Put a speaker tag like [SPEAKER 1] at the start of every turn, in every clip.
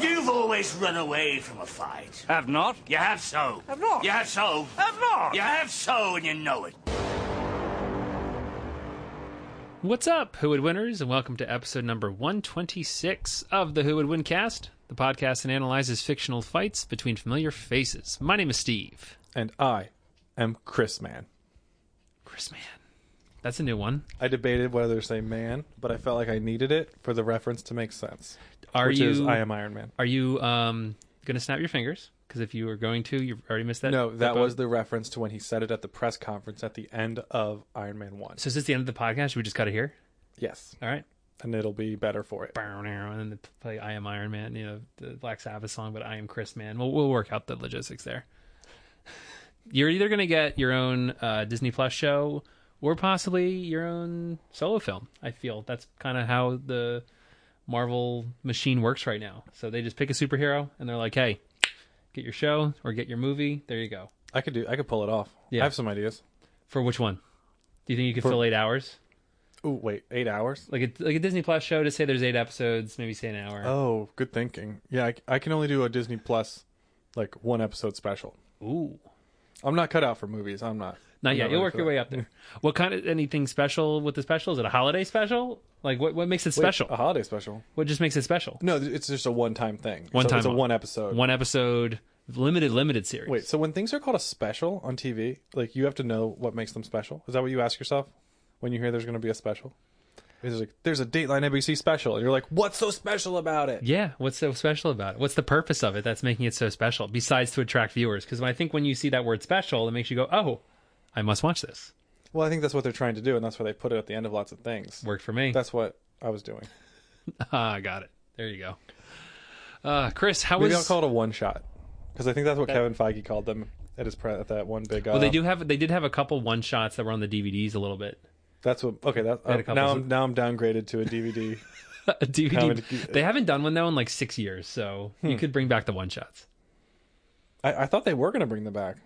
[SPEAKER 1] You've always run away from a fight.
[SPEAKER 2] Have not?
[SPEAKER 1] You have so.
[SPEAKER 2] Have not.
[SPEAKER 1] You have so.
[SPEAKER 2] Have not.
[SPEAKER 1] You have so, and you know it.
[SPEAKER 3] What's up, Who Would Winners, and welcome to episode number 126 of the Who Would Win cast, the podcast that analyzes fictional fights between familiar faces. My name is Steve.
[SPEAKER 4] And I am Chris Man.
[SPEAKER 3] Chris Man. That's a new one.
[SPEAKER 4] I debated whether to say man, but I felt like I needed it for the reference to make sense.
[SPEAKER 3] Are
[SPEAKER 4] which
[SPEAKER 3] you
[SPEAKER 4] is I am Iron Man.
[SPEAKER 3] Are you um going to snap your fingers? Because if you were going to, you already missed that.
[SPEAKER 4] No, that
[SPEAKER 3] bug.
[SPEAKER 4] was the reference to when he said it at the press conference at the end of Iron Man 1.
[SPEAKER 3] So is this the end of the podcast? Should we just cut it here?
[SPEAKER 4] Yes.
[SPEAKER 3] All right.
[SPEAKER 4] And it'll be better for it.
[SPEAKER 3] And then they play I Am Iron Man, you know, the Black Sabbath song, but I Am Chris Man. We'll, we'll work out the logistics there. You're either going to get your own uh, Disney Plus show or possibly your own solo film. I feel that's kind of how the Marvel machine works right now. So they just pick a superhero and they're like, hey, get your show or get your movie. There you go.
[SPEAKER 4] I could do I could pull it off.
[SPEAKER 3] Yeah.
[SPEAKER 4] I have some ideas.
[SPEAKER 3] For which one? Do you think you could fill eight hours?
[SPEAKER 4] Ooh, wait, eight hours?
[SPEAKER 3] Like a, like a Disney Plus show, just say there's eight episodes, maybe say an hour.
[SPEAKER 4] Oh, good thinking. Yeah, I, I can only do a Disney Plus, like one episode special.
[SPEAKER 3] Ooh.
[SPEAKER 4] I'm not cut out for movies. I'm not.
[SPEAKER 3] Not
[SPEAKER 4] I'm
[SPEAKER 3] yet.
[SPEAKER 4] not
[SPEAKER 3] You'll
[SPEAKER 4] ready
[SPEAKER 3] work
[SPEAKER 4] for
[SPEAKER 3] your
[SPEAKER 4] that.
[SPEAKER 3] way up there. What kind of anything special with the special? Is it a holiday special? Like what? What makes it
[SPEAKER 4] Wait, uh,
[SPEAKER 3] special?
[SPEAKER 4] A holiday special.
[SPEAKER 3] What just makes it special?
[SPEAKER 4] No, th- it's just a one-time thing.
[SPEAKER 3] One
[SPEAKER 4] So
[SPEAKER 3] time.
[SPEAKER 4] It's a one episode.
[SPEAKER 3] One episode. Limited, limited series.
[SPEAKER 4] uh, Wait, so when things are called a special on TV, like you have to know what makes them special. Is that what you ask yourself when you hear there's going to be a special? It's like there's a Dateline NBC special, and you're like, what's so special about it?
[SPEAKER 3] Yeah. What's so special about it? What's the purpose of it that's making it so special? Besides to attract viewers, because I think when you see that word "special," it makes you go, "Oh, I must watch this."
[SPEAKER 4] Well, I think that's what they're trying to do, and that's why they put it at the end of lots of things.
[SPEAKER 3] Worked for me.
[SPEAKER 4] That's what I was doing.
[SPEAKER 3] Ah, got it. There you go. Uh, Chris, how
[SPEAKER 4] Maybe
[SPEAKER 3] was?
[SPEAKER 4] I'll call it a one shot because I think that's what Kevin Feige called them at his pre- at that one big. Uh,
[SPEAKER 3] well, they do have they did have a couple one shots that were on the DVDs a little bit.
[SPEAKER 4] That's what. Okay, that,
[SPEAKER 3] had a
[SPEAKER 4] uh,
[SPEAKER 3] couple
[SPEAKER 4] now
[SPEAKER 3] of-
[SPEAKER 4] I'm now I'm downgraded to a DVD.
[SPEAKER 3] a DVD.
[SPEAKER 4] How many- Hmm.
[SPEAKER 3] They haven't done one though in like six years, so you could bring back the one shots.
[SPEAKER 4] I, I thought they were going to bring them back.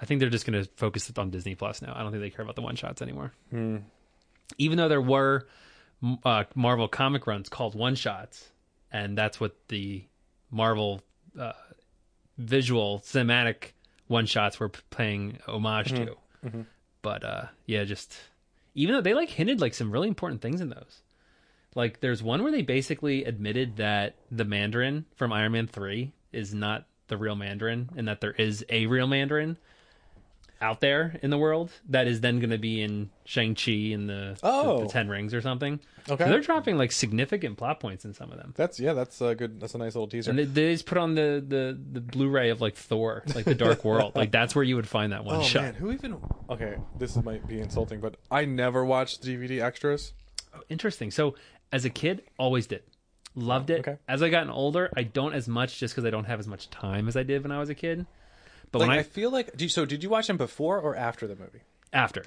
[SPEAKER 3] I think they're just going to focus it on Disney Plus now. I don't think they care about the one shots anymore. Even though there were m- uh, Marvel comic runs called one shots, and that's what the Marvel uh, visual cinematic one shots were p- paying homage to. But uh, yeah, just even though they like hinted like some really important things in those. Like there's one where they basically admitted that the Mandarin from Iron Man 3 is not the real Mandarin and that there is a real Mandarin out there in the world that is then going to be in Shang-Chi and the,
[SPEAKER 4] Oh.
[SPEAKER 3] the, the 10 rings or something.
[SPEAKER 4] Okay.
[SPEAKER 3] So they're dropping like significant plot points in some of them.
[SPEAKER 4] That's yeah. That's a good. That's a nice little teaser.
[SPEAKER 3] And they, they just put on the, the, the Blu-ray of like Thor, like the Dark World. like that's where you would find that one
[SPEAKER 4] Oh
[SPEAKER 3] shot.
[SPEAKER 4] man, who even? Okay, this might be insulting, but I never watched DVD extras.
[SPEAKER 3] interesting. So as a kid, always did. Loved it.
[SPEAKER 4] Okay.
[SPEAKER 3] As I gotten older, I don't as much just because I don't have as much time as I did when I was a kid. But
[SPEAKER 4] Like
[SPEAKER 3] when
[SPEAKER 4] I,
[SPEAKER 3] I,
[SPEAKER 4] feel like, do you- so did you watch them before or after the movie?
[SPEAKER 3] after,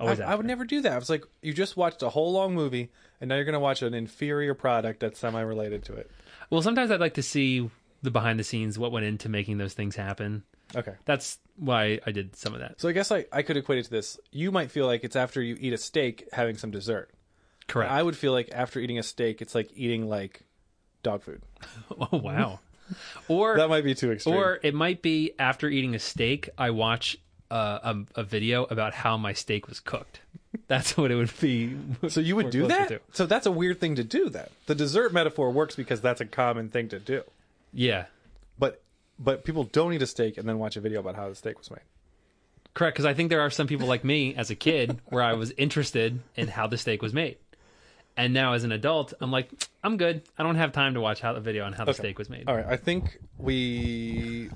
[SPEAKER 3] always
[SPEAKER 4] I,
[SPEAKER 3] after.
[SPEAKER 4] I would never do that. I was like, you just watched a whole long movie, and now you're gonna watch an inferior product that's semi-related to it.
[SPEAKER 3] Well, sometimes I'd like to see the behind the scenes, what went into making those things happen.
[SPEAKER 4] Okay.
[SPEAKER 3] That's why I did some of that.
[SPEAKER 4] So I guess I, I could equate it to this. You might feel like it's after you eat a steak having some dessert.
[SPEAKER 3] Correct.
[SPEAKER 4] I would feel like after eating a steak, it's like eating like dog food.
[SPEAKER 3] oh wow. or
[SPEAKER 4] That might be too extreme.
[SPEAKER 3] Or it might be after eating a steak, I watch uh, a, a video about how my steak was cooked. That's what it would be.
[SPEAKER 4] so you
[SPEAKER 3] Or
[SPEAKER 4] would do
[SPEAKER 3] closer
[SPEAKER 4] that?
[SPEAKER 3] to.
[SPEAKER 4] So that's a weird thing to do. Then the dessert metaphor works because that's a common thing to do.
[SPEAKER 3] Yeah,
[SPEAKER 4] but but people don't eat a steak and then watch a video about how the steak was made.
[SPEAKER 3] correct. Because I think there are some people like me as a kid where I was interested in how the steak was made, and now as an adult, I'm like, I'm good. I don't have time to watch how the video on how the steak was made.
[SPEAKER 4] All right, I think we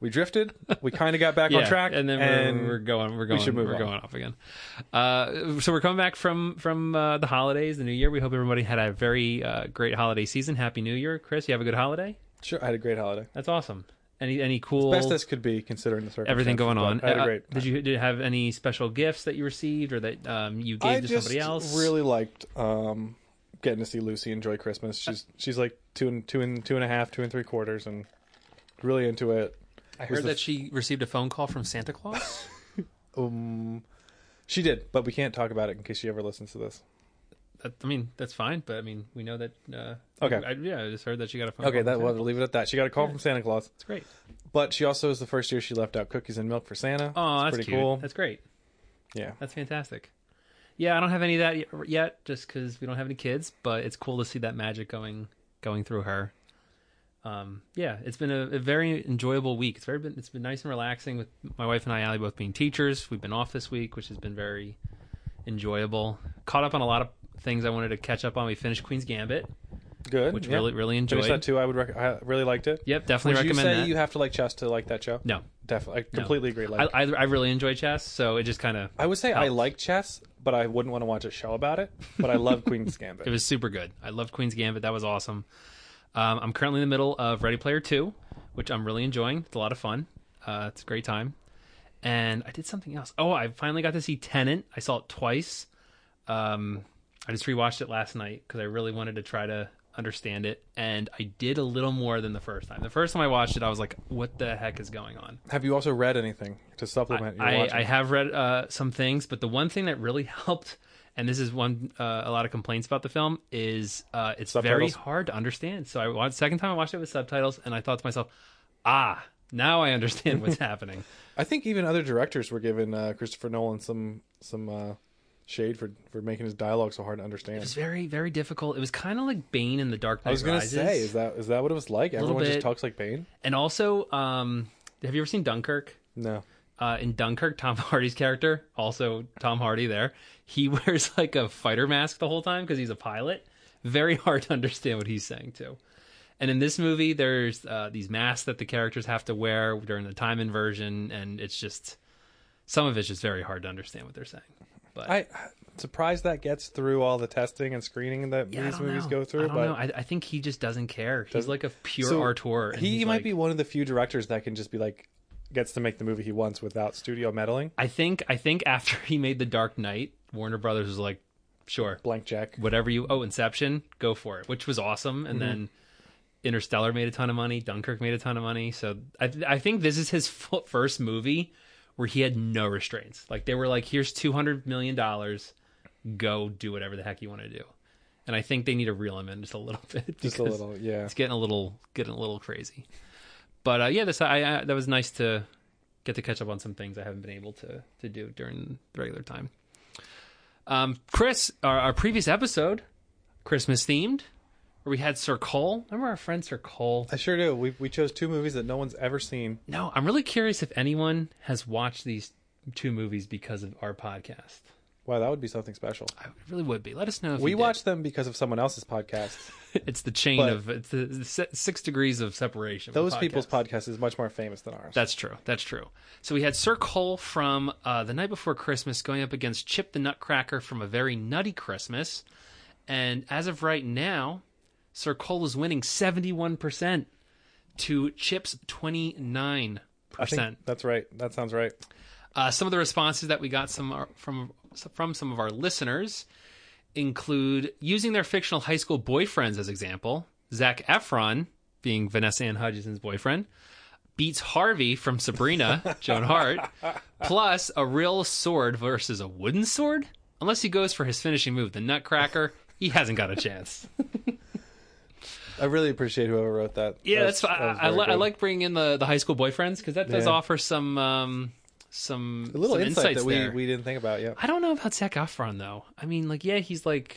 [SPEAKER 4] we drifted. We kind of got back on track,
[SPEAKER 3] and then we're, we're going, we're going,
[SPEAKER 4] should move
[SPEAKER 3] we're
[SPEAKER 4] on.
[SPEAKER 3] going off again. Uh, so we're coming back from from uh, the holidays, the New Year. We hope everybody had a very uh, great holiday season. Happy New Year, Chris. You have a good holiday.
[SPEAKER 4] Sure, I had a great holiday.
[SPEAKER 3] That's awesome. Any any cool
[SPEAKER 4] Best as could be considering the circumstances.
[SPEAKER 3] everything going
[SPEAKER 4] but
[SPEAKER 3] on?
[SPEAKER 4] I had
[SPEAKER 3] Uh,
[SPEAKER 4] a great.
[SPEAKER 3] did you did you have any special gifts that you received or that um, you gave
[SPEAKER 4] I
[SPEAKER 3] to
[SPEAKER 4] just
[SPEAKER 3] somebody else?
[SPEAKER 4] really liked um, getting to see Lucy enjoy Christmas. She's she's like two and two and two and a half, two and three quarters, and really into it.
[SPEAKER 3] I
[SPEAKER 4] was
[SPEAKER 3] heard
[SPEAKER 4] the
[SPEAKER 3] that she received a phone call from Santa Claus.
[SPEAKER 4] She did, but we can't talk about it in case she ever listens to this.
[SPEAKER 3] That- I mean, that's fine, but I mean, we know that. Uh,
[SPEAKER 4] Okay.
[SPEAKER 3] I, yeah, I just heard that she got a phone.
[SPEAKER 4] Okay,
[SPEAKER 3] call
[SPEAKER 4] that
[SPEAKER 3] from
[SPEAKER 4] we'll
[SPEAKER 3] Santa.
[SPEAKER 4] leave it at that. She got a call from Santa Claus,
[SPEAKER 3] That's great.
[SPEAKER 4] but she also is the first year she left out cookies and milk for Santa.
[SPEAKER 3] Oh,
[SPEAKER 4] It's
[SPEAKER 3] that's
[SPEAKER 4] pretty
[SPEAKER 3] cute.
[SPEAKER 4] cool.
[SPEAKER 3] That's great.
[SPEAKER 4] yeah,
[SPEAKER 3] That's fantastic. Yeah, I don't have any of that y- yet, just because we don't have any kids. But it's cool to see that magic going going through her. Um, yeah, it's been a, a very enjoyable week. It's very been it's been nice and relaxing with my wife and I, Allie, both being teachers. We've been off this week, which has been very enjoyable. Caught up on a lot of things I wanted to catch up on. We finished Queen's Gambit.
[SPEAKER 4] good.
[SPEAKER 3] Which
[SPEAKER 4] yeah.
[SPEAKER 3] really- really
[SPEAKER 4] Finished
[SPEAKER 3] enjoyed.
[SPEAKER 4] that too. I would rec- I really liked it.
[SPEAKER 3] Yep, definitely
[SPEAKER 4] Would
[SPEAKER 3] recommend
[SPEAKER 4] you say
[SPEAKER 3] that.
[SPEAKER 4] you have to like chess to like that show?
[SPEAKER 3] no,
[SPEAKER 4] definitely. I
[SPEAKER 3] no.
[SPEAKER 4] completely agree. Like,
[SPEAKER 3] I, I I really enjoy chess, so it just kind of
[SPEAKER 4] I would say I
[SPEAKER 3] Helps.
[SPEAKER 4] like chess, but I wouldn't want to watch a show about it. But I love Queen's Gambit.
[SPEAKER 3] It was super good. I loved Queen's Gambit. That was awesome. Um, I'm currently in the middle of Ready Player Two, which I'm really enjoying. It's a lot of fun. Uh, it's a great time. And I did something else. Oh, I finally got to see Tenant. I saw it twice. Um, I just rewatched it last night because I really wanted to try to understand it, and I did a little more than the first time. The first time I watched it, I was like, "What the heck is going on?"
[SPEAKER 4] Have you also read anything to supplement your
[SPEAKER 3] I,
[SPEAKER 4] watching?
[SPEAKER 3] I have read uh, some things, but the one thing that really helped, and this is one uh, a lot of complaints about the film, is uh, it's very
[SPEAKER 4] Subtitles?
[SPEAKER 3] hard to understand. So I watched second time I watched it with subtitles, and I thought to myself, ah, now I understand what's happening.
[SPEAKER 4] I think even other directors were giving uh, Christopher Nolan some some uh, shade for for making his dialogue so hard to understand.
[SPEAKER 3] It's very very difficult. It was kind of like Bane in the Dark Knight
[SPEAKER 4] I was gonna
[SPEAKER 3] Rises.
[SPEAKER 4] say, is that is that what it was like? Everyone
[SPEAKER 3] bit.
[SPEAKER 4] just talks like Bane.
[SPEAKER 3] and also, um, have you ever seen Dunkirk?
[SPEAKER 4] No,
[SPEAKER 3] uh, in Dunkirk, Tom Hardy's character, also Tom Hardy there, he wears like a fighter mask the whole time because he's a pilot. Very hard to understand what he's saying too. And in this movie, there's uh, these masks that the characters have to wear during the time inversion, and it's just some of it's just very hard to understand what they're saying.
[SPEAKER 4] I surprised that gets through all the testing and screening that
[SPEAKER 3] Yeah, I
[SPEAKER 4] these
[SPEAKER 3] don't
[SPEAKER 4] movies
[SPEAKER 3] know.
[SPEAKER 4] go through.
[SPEAKER 3] I don't
[SPEAKER 4] but
[SPEAKER 3] know. I, I think he just doesn't care. He's
[SPEAKER 4] Doesn't-
[SPEAKER 3] like a pure
[SPEAKER 4] So,
[SPEAKER 3] artur. and
[SPEAKER 4] he
[SPEAKER 3] he's
[SPEAKER 4] might
[SPEAKER 3] like-
[SPEAKER 4] be one of the few directors that can just be like gets to make the movie he wants without studio meddling.
[SPEAKER 3] I think. I think after he made The Dark Knight, Warner Brothers was like, sure,
[SPEAKER 4] Blank check.
[SPEAKER 3] whatever you oh inception go for it which was awesome and then
[SPEAKER 4] Mm-hmm.
[SPEAKER 3] interstellar made a ton of money dunkirk made a ton of money so i, th- I think this is his fu- first movie where he had no restraints like they were like here's 200 million dollars go do whatever the heck you want to do and i think they need to reel him in just a little bit
[SPEAKER 4] Just a
[SPEAKER 3] because
[SPEAKER 4] little, yeah.
[SPEAKER 3] it's getting a little getting a little crazy but uh, yeah this I, I that was nice to get to catch up on some things i haven't been able to to do during the regular time um, Chris, our, our previous episode, Christmas themed, where we had Sir Cole. Remember our friend Sir Cole?
[SPEAKER 4] I sure do. We we chose two movies that no one's ever seen.
[SPEAKER 3] No, I'm really curious if anyone has watched these two movies because of our podcast.
[SPEAKER 4] Wow, that would be something special.
[SPEAKER 3] I really would be. Let us know. If
[SPEAKER 4] We
[SPEAKER 3] you did.
[SPEAKER 4] watched them because of someone else's podcast.
[SPEAKER 3] It's the chain
[SPEAKER 4] but-
[SPEAKER 3] of it's the se- six degrees of separation. with
[SPEAKER 4] Those people's
[SPEAKER 3] podcasts.
[SPEAKER 4] podcast is much more famous than ours.
[SPEAKER 3] That's true. That's true. So we had Sir Cole from uh, the night before Christmas going up against Chip the Nutcracker from a very nutty Christmas, and as of right now, Sir Cole is winning seventy-one percent to Chip's twenty-nine
[SPEAKER 4] I think
[SPEAKER 3] percent.
[SPEAKER 4] that's right. That sounds right.
[SPEAKER 3] Uh, some of the responses that we got some uh, from from some of our listeners include using their fictional high school boyfriends as example. Zach Efron being Vanessa Ann Hudgens' boyfriend beats Harvey from Sabrina, Joan Hart, plus a real sword versus a wooden sword. Unless he goes for his finishing move, the Nutcracker, he hasn't got a chance.
[SPEAKER 4] I really appreciate whoever wrote that.
[SPEAKER 3] Yeah,
[SPEAKER 4] That
[SPEAKER 3] that's,
[SPEAKER 4] was-
[SPEAKER 3] why
[SPEAKER 4] that was
[SPEAKER 3] I, I,
[SPEAKER 4] very
[SPEAKER 3] li- I
[SPEAKER 4] good.
[SPEAKER 3] like bringing in the, the high school boyfriends because that does
[SPEAKER 4] Yeah.
[SPEAKER 3] offer some um, some
[SPEAKER 4] a little
[SPEAKER 3] some
[SPEAKER 4] insight
[SPEAKER 3] insights
[SPEAKER 4] that we,
[SPEAKER 3] there.
[SPEAKER 4] we didn't think about. Yeah,
[SPEAKER 3] I don't know about Zach Efron though. I mean, like, yeah, he's like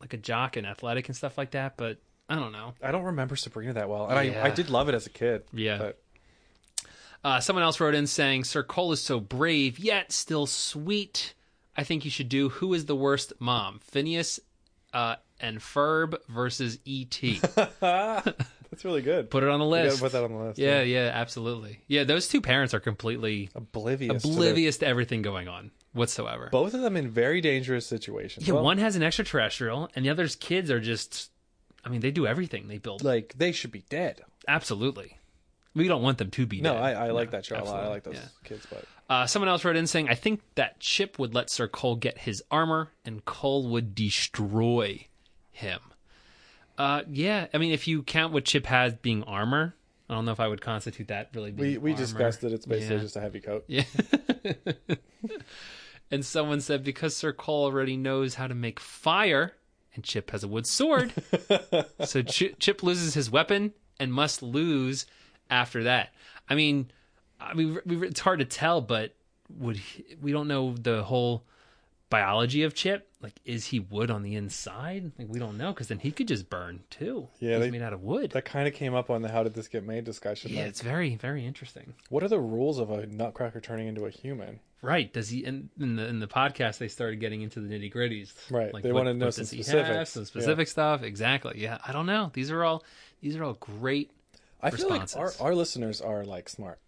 [SPEAKER 3] like a jock and athletic and stuff like that, but I don't know.
[SPEAKER 4] I don't remember Sabrina that well, and
[SPEAKER 3] Yeah.
[SPEAKER 4] I, I did love it as a kid.
[SPEAKER 3] Yeah.
[SPEAKER 4] but
[SPEAKER 3] Uh, someone else wrote in saying, "Sir Cole is so brave yet still sweet. I think you should do Who is the worst mom? Phineas uh, and Ferb versus E.T.
[SPEAKER 4] that's really good.
[SPEAKER 3] Put it on the
[SPEAKER 4] gotta
[SPEAKER 3] list.
[SPEAKER 4] put that on the list,
[SPEAKER 3] Yeah, yeah, absolutely. Yeah, those two parents are completely
[SPEAKER 4] oblivious. to their-
[SPEAKER 3] oblivious to everything going on whatsoever.
[SPEAKER 4] both of them in very dangerous situations.
[SPEAKER 3] yeah,
[SPEAKER 4] Well,
[SPEAKER 3] one has an extraterrestrial, and the other's kids are just. I mean, they do everything. They build
[SPEAKER 4] like they should be dead.
[SPEAKER 3] Absolutely. We don't want them to be
[SPEAKER 4] No,
[SPEAKER 3] dead.
[SPEAKER 4] I, I like that show a lot. I
[SPEAKER 3] absolutely,
[SPEAKER 4] like those
[SPEAKER 3] yeah.
[SPEAKER 4] kids, but
[SPEAKER 3] Uh, someone else wrote in saying, I think that Chip would let Sir Cole get his armor and Cole would destroy him. Uh, yeah, I mean, if you count what Chip has being armor, I don't know if I would constitute that really being
[SPEAKER 4] we, we
[SPEAKER 3] armor.
[SPEAKER 4] discussed that it's basically
[SPEAKER 3] Yeah.
[SPEAKER 4] just a heavy coat.
[SPEAKER 3] And someone said, because Sir Cole already knows how to make fire and Chip has a wood sword. so Ch- Chip loses his weapon and must lose after that. I mean, I mean, we- we- it's hard to tell, but would he, we don't know the whole biology of Chip. Like, is he wood on the inside? Like, we don't know because then he could just burn too.
[SPEAKER 4] Yeah,
[SPEAKER 3] he's
[SPEAKER 4] they-
[SPEAKER 3] made out of wood.
[SPEAKER 4] That kind of came up on the how did this get made discussion.
[SPEAKER 3] yeah,
[SPEAKER 4] like,
[SPEAKER 3] it's very, very interesting.
[SPEAKER 4] what are the rules of a nutcracker turning into a human?
[SPEAKER 3] Right? Does he? In, in the in the podcast, they started getting into the nitty gritties.
[SPEAKER 4] Right, they wanted to know some
[SPEAKER 3] does he have,
[SPEAKER 4] specifics.
[SPEAKER 3] some
[SPEAKER 4] Yeah.
[SPEAKER 3] specific stuff. Exactly. Yeah. I don't know. These are all these are all great.
[SPEAKER 4] I feel like our,
[SPEAKER 3] Responses.
[SPEAKER 4] our listeners are like smart.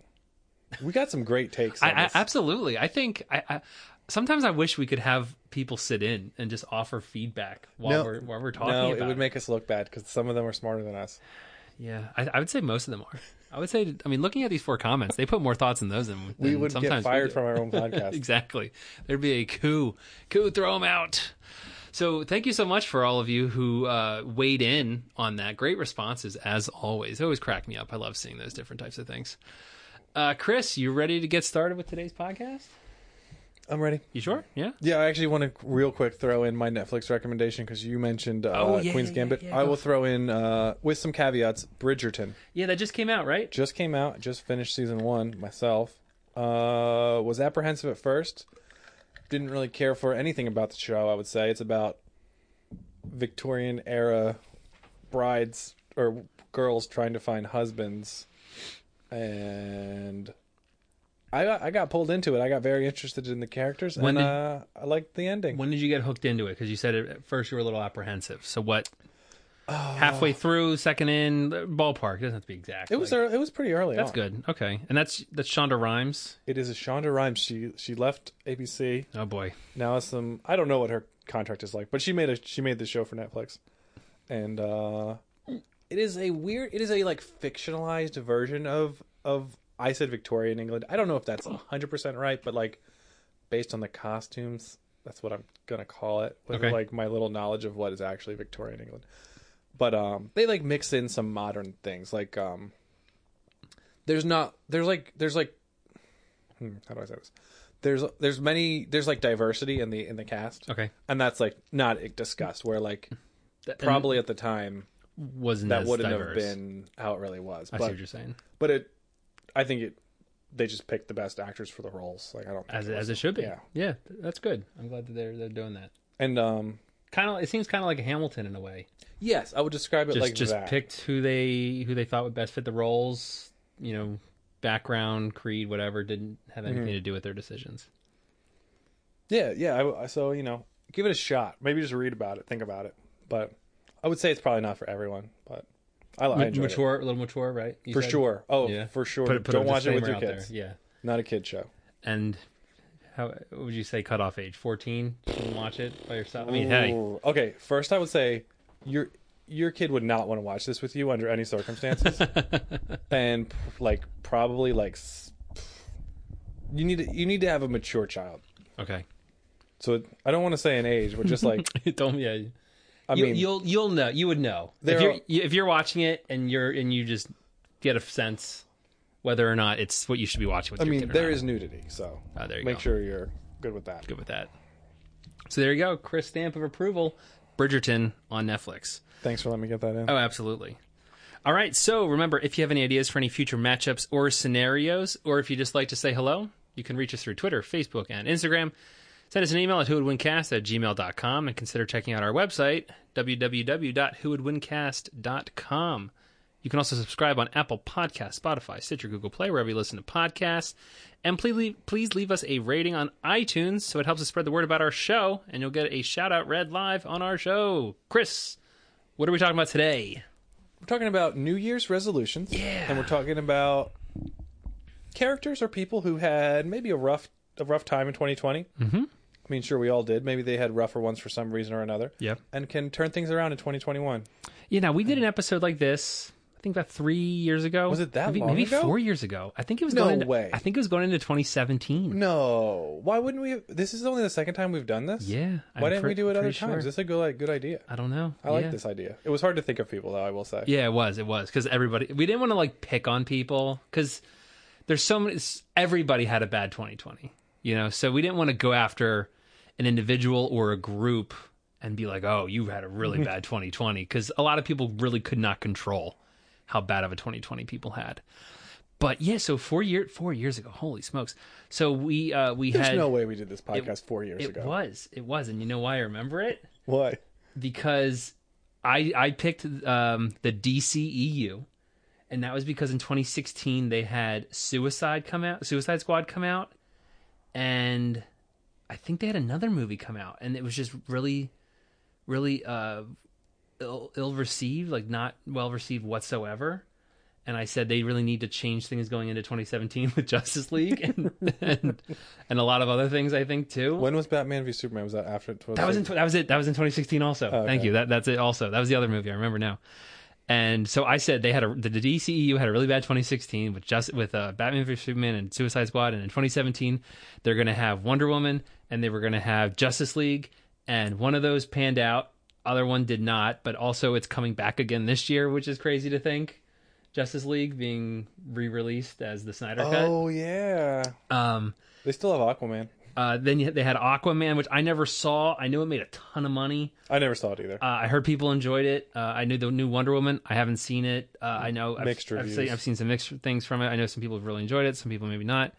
[SPEAKER 4] We got some great takes. On
[SPEAKER 3] I, I
[SPEAKER 4] this.
[SPEAKER 3] absolutely. I think I, I sometimes I wish we could have people sit in and just offer feedback while
[SPEAKER 4] No.
[SPEAKER 3] we're while we're talking.
[SPEAKER 4] no,
[SPEAKER 3] about
[SPEAKER 4] it would make us look bad because some of them are smarter than us.
[SPEAKER 3] Yeah, I, I would say most of them are. I would say. I mean, looking at these four comments, they put more thoughts in those than
[SPEAKER 4] We
[SPEAKER 3] than
[SPEAKER 4] would
[SPEAKER 3] sometimes
[SPEAKER 4] get
[SPEAKER 3] we
[SPEAKER 4] fired
[SPEAKER 3] do.
[SPEAKER 4] from our own podcast.
[SPEAKER 3] exactly. There'd be a coup. Coup, throw them out. So thank you so much for all of you who uh, weighed in on that. Great responses as always. They always crack me up. I love seeing those different types of things. Uh, Chris, you ready to get started with today's podcast?
[SPEAKER 4] I'm ready.
[SPEAKER 3] You sure? Yeah.
[SPEAKER 4] Yeah, I actually want to real quick throw in my Netflix recommendation because you mentioned uh,
[SPEAKER 3] Oh, yeah,
[SPEAKER 4] Queen's
[SPEAKER 3] yeah, yeah,
[SPEAKER 4] Gambit.
[SPEAKER 3] yeah,
[SPEAKER 4] I
[SPEAKER 3] go
[SPEAKER 4] will throw in uh, with some caveats. Bridgerton
[SPEAKER 3] Yeah, that just came out, right?
[SPEAKER 4] just came out. Just finished season one myself. Uh, was apprehensive at first. Didn't really care for anything about the show. I would say it's about Victorian era brides or girls trying to find husbands, and I got, I got pulled into it. I got very interested in the characters,
[SPEAKER 3] When
[SPEAKER 4] and
[SPEAKER 3] did-
[SPEAKER 4] uh, I liked the ending.
[SPEAKER 3] When did you get hooked into it? Because you said at first you were a little apprehensive. So what?
[SPEAKER 4] Oh.
[SPEAKER 3] Halfway through, second in, ballpark. It doesn't have to be exact.
[SPEAKER 4] It was
[SPEAKER 3] like-
[SPEAKER 4] ear- it was pretty early.
[SPEAKER 3] That's
[SPEAKER 4] on.
[SPEAKER 3] good. Okay, and that's that's Shonda Rhimes.
[SPEAKER 4] It is a Shonda Rhimes. She she left ABC.
[SPEAKER 3] Oh boy,
[SPEAKER 4] Now it's some I don't know what her contract is like, but she made a she made the show for Netflix, and uh it is a weird. It is a like fictionalized version of of I said Victorian England. I don't know if that's hundred percent right, but like based on the costumes, that's what I'm gonna call it. With
[SPEAKER 3] Okay.
[SPEAKER 4] like my little knowledge of what is actually Victorian England, but um they like mix in some modern things like um there's not there's like there's like hmm, how do I say this there's there's many there's like diversity in the in the cast
[SPEAKER 3] Okay.
[SPEAKER 4] and that's like not discussed where like
[SPEAKER 3] That- and
[SPEAKER 4] probably at the time
[SPEAKER 3] wasn't
[SPEAKER 4] that
[SPEAKER 3] as
[SPEAKER 4] wouldn't
[SPEAKER 3] diverse.
[SPEAKER 4] have been how it really was
[SPEAKER 3] I
[SPEAKER 4] but
[SPEAKER 3] see what you're saying.
[SPEAKER 4] but it I think it they just picked the best actors for the roles like I don't think
[SPEAKER 3] As
[SPEAKER 4] it
[SPEAKER 3] as
[SPEAKER 4] was-
[SPEAKER 3] it should be.
[SPEAKER 4] yeah.
[SPEAKER 3] yeah, th- that's good. I'm glad that they're they're doing that.
[SPEAKER 4] and um
[SPEAKER 3] Kind of, it seems kind of like a Hamilton in a way.
[SPEAKER 4] yes I would describe it
[SPEAKER 3] Just
[SPEAKER 4] like
[SPEAKER 3] just
[SPEAKER 4] that.
[SPEAKER 3] picked who they who they thought would best fit the roles. You know, background, creed, whatever didn't have anything
[SPEAKER 4] Mm-hmm.
[SPEAKER 3] to do with their decisions.
[SPEAKER 4] Yeah, yeah. I w so you know, give it a shot. Maybe just read about it, think about it. But I would say it's probably not for everyone. But I, I enjoyed it.
[SPEAKER 3] mature, a little mature, right? You
[SPEAKER 4] for
[SPEAKER 3] said?
[SPEAKER 4] sure. Oh,
[SPEAKER 3] Yeah.
[SPEAKER 4] for sure.
[SPEAKER 3] Put, put a
[SPEAKER 4] Don't watch it with
[SPEAKER 3] disclaimer
[SPEAKER 4] your
[SPEAKER 3] out there.
[SPEAKER 4] kids.
[SPEAKER 3] Yeah,
[SPEAKER 4] Not a kid show.
[SPEAKER 3] and. How what would you say cutoff age? Fourteen? Shouldn't watch it by yourself. I mean, hey,
[SPEAKER 4] Ooh. Okay. First, I would say your your kid would not want to watch this with you under any circumstances, and p- like probably like s- you need to, you need to have a mature child.
[SPEAKER 3] okay,
[SPEAKER 4] So it- I don't want to say an age, but just like
[SPEAKER 3] don't yeah.
[SPEAKER 4] I
[SPEAKER 3] you,
[SPEAKER 4] mean,
[SPEAKER 3] you'll you'll know you would know
[SPEAKER 4] There
[SPEAKER 3] if you're
[SPEAKER 4] are-
[SPEAKER 3] you- if you're watching it and you're and you just get a sense whether or not it's what you should be watching with
[SPEAKER 4] I
[SPEAKER 3] your
[SPEAKER 4] mean,
[SPEAKER 3] kid or
[SPEAKER 4] there
[SPEAKER 3] not.
[SPEAKER 4] is nudity, so
[SPEAKER 3] Ah, there you
[SPEAKER 4] make
[SPEAKER 3] go.
[SPEAKER 4] sure you're good with that.
[SPEAKER 3] good with that. So there you go, Chris stamp of approval, Bridgerton on Netflix.
[SPEAKER 4] Thanks for letting me get that in.
[SPEAKER 3] Oh, absolutely. All right, so remember if you have any ideas for any future matchups or scenarios, or if you just like to say hello, you can reach us through Twitter, Facebook, and Instagram. Send us an email at whowouldwincast at gmail.com and consider checking out our website, www.whowouldwincast.com. You can also subscribe on Apple Podcasts, Spotify, Stitcher, Google Play, wherever you listen to podcasts. And please leave, please leave us a rating on iTunes so it helps us spread the word about our show, and you'll get a shout out read live on our show. Chris, what are we talking about today?
[SPEAKER 4] We're talking about New Year's resolutions. Yeah. And we're talking about characters or people who had maybe a rough a rough time in 2020. Mm-hmm. I mean, sure, we all did. Maybe they had rougher ones for some reason or another.
[SPEAKER 3] Yep.
[SPEAKER 4] And can turn things around in 2021.
[SPEAKER 3] You know, we did an episode like this. I think about three years ago.
[SPEAKER 4] Was it that
[SPEAKER 3] maybe,
[SPEAKER 4] long
[SPEAKER 3] maybe
[SPEAKER 4] ago?
[SPEAKER 3] four years ago? I think it was
[SPEAKER 4] No
[SPEAKER 3] going into,
[SPEAKER 4] way.
[SPEAKER 3] I think it was going into 2017.
[SPEAKER 4] No, why wouldn't we? This is only the second time we've done this.
[SPEAKER 3] Yeah, I'm
[SPEAKER 4] Why didn't
[SPEAKER 3] pre-
[SPEAKER 4] we do it other
[SPEAKER 3] pretty sure.
[SPEAKER 4] times? This is a good, like, good idea.
[SPEAKER 3] I don't know.
[SPEAKER 4] I like
[SPEAKER 3] Yeah.
[SPEAKER 4] this idea. It was hard to think of people, though. I will say.
[SPEAKER 3] Yeah, it was. It was because everybody. We didn't want to like pick on people because there's so many. s- Everybody had a bad 2020, you know. So we didn't want to go after an individual or a group and be like, "Oh, you had a really bad 2020," because a lot of people really could not control how bad of a 2020 people had. But yeah, so four year four years ago, holy smokes! So we uh we
[SPEAKER 4] There's
[SPEAKER 3] had
[SPEAKER 4] no way we did this podcast four years
[SPEAKER 3] it
[SPEAKER 4] ago.
[SPEAKER 3] was it was, and you know why I remember it
[SPEAKER 4] Why?
[SPEAKER 3] because I I picked um, the DCEU, and that was because in 2016 they had Suicide come out, Suicide Squad come out, and I think they had another movie come out, and it was just really, really uh, ill ill received, like not well received whatsoever. And I said they really need to change things going into 2017 with Justice League and and, and a lot of other things I think too.
[SPEAKER 4] When was Batman v Superman? Was that after? It was
[SPEAKER 3] That was in, tw- that was it. That was in 2016. Also, thank you. That that's it. Also, that was the other movie I remember now. And so I said they had a the DCEU had a really bad 2016 with just with uh, Batman v Superman and Suicide Squad, and in 2017 they're going to have Wonder Woman and they were going to have Justice League, and one of those panned out, other one did not. But also it's coming back again this year, which is crazy to think. Justice League being re-released as the Snyder
[SPEAKER 4] Oh yeah.
[SPEAKER 3] Cut. Um,
[SPEAKER 4] They still have Aquaman.
[SPEAKER 3] uh, then you- they had Aquaman, which I never saw. I knew it made a ton of money.
[SPEAKER 4] I never saw it either.
[SPEAKER 3] Uh, I heard people enjoyed it. Uh, I knew the new Wonder Woman. I haven't seen it. Uh, I know I've,
[SPEAKER 4] Mixed
[SPEAKER 3] I've
[SPEAKER 4] reviews.
[SPEAKER 3] seen, I've seen some mixed things from it. I know some people have really enjoyed it. Some people maybe not.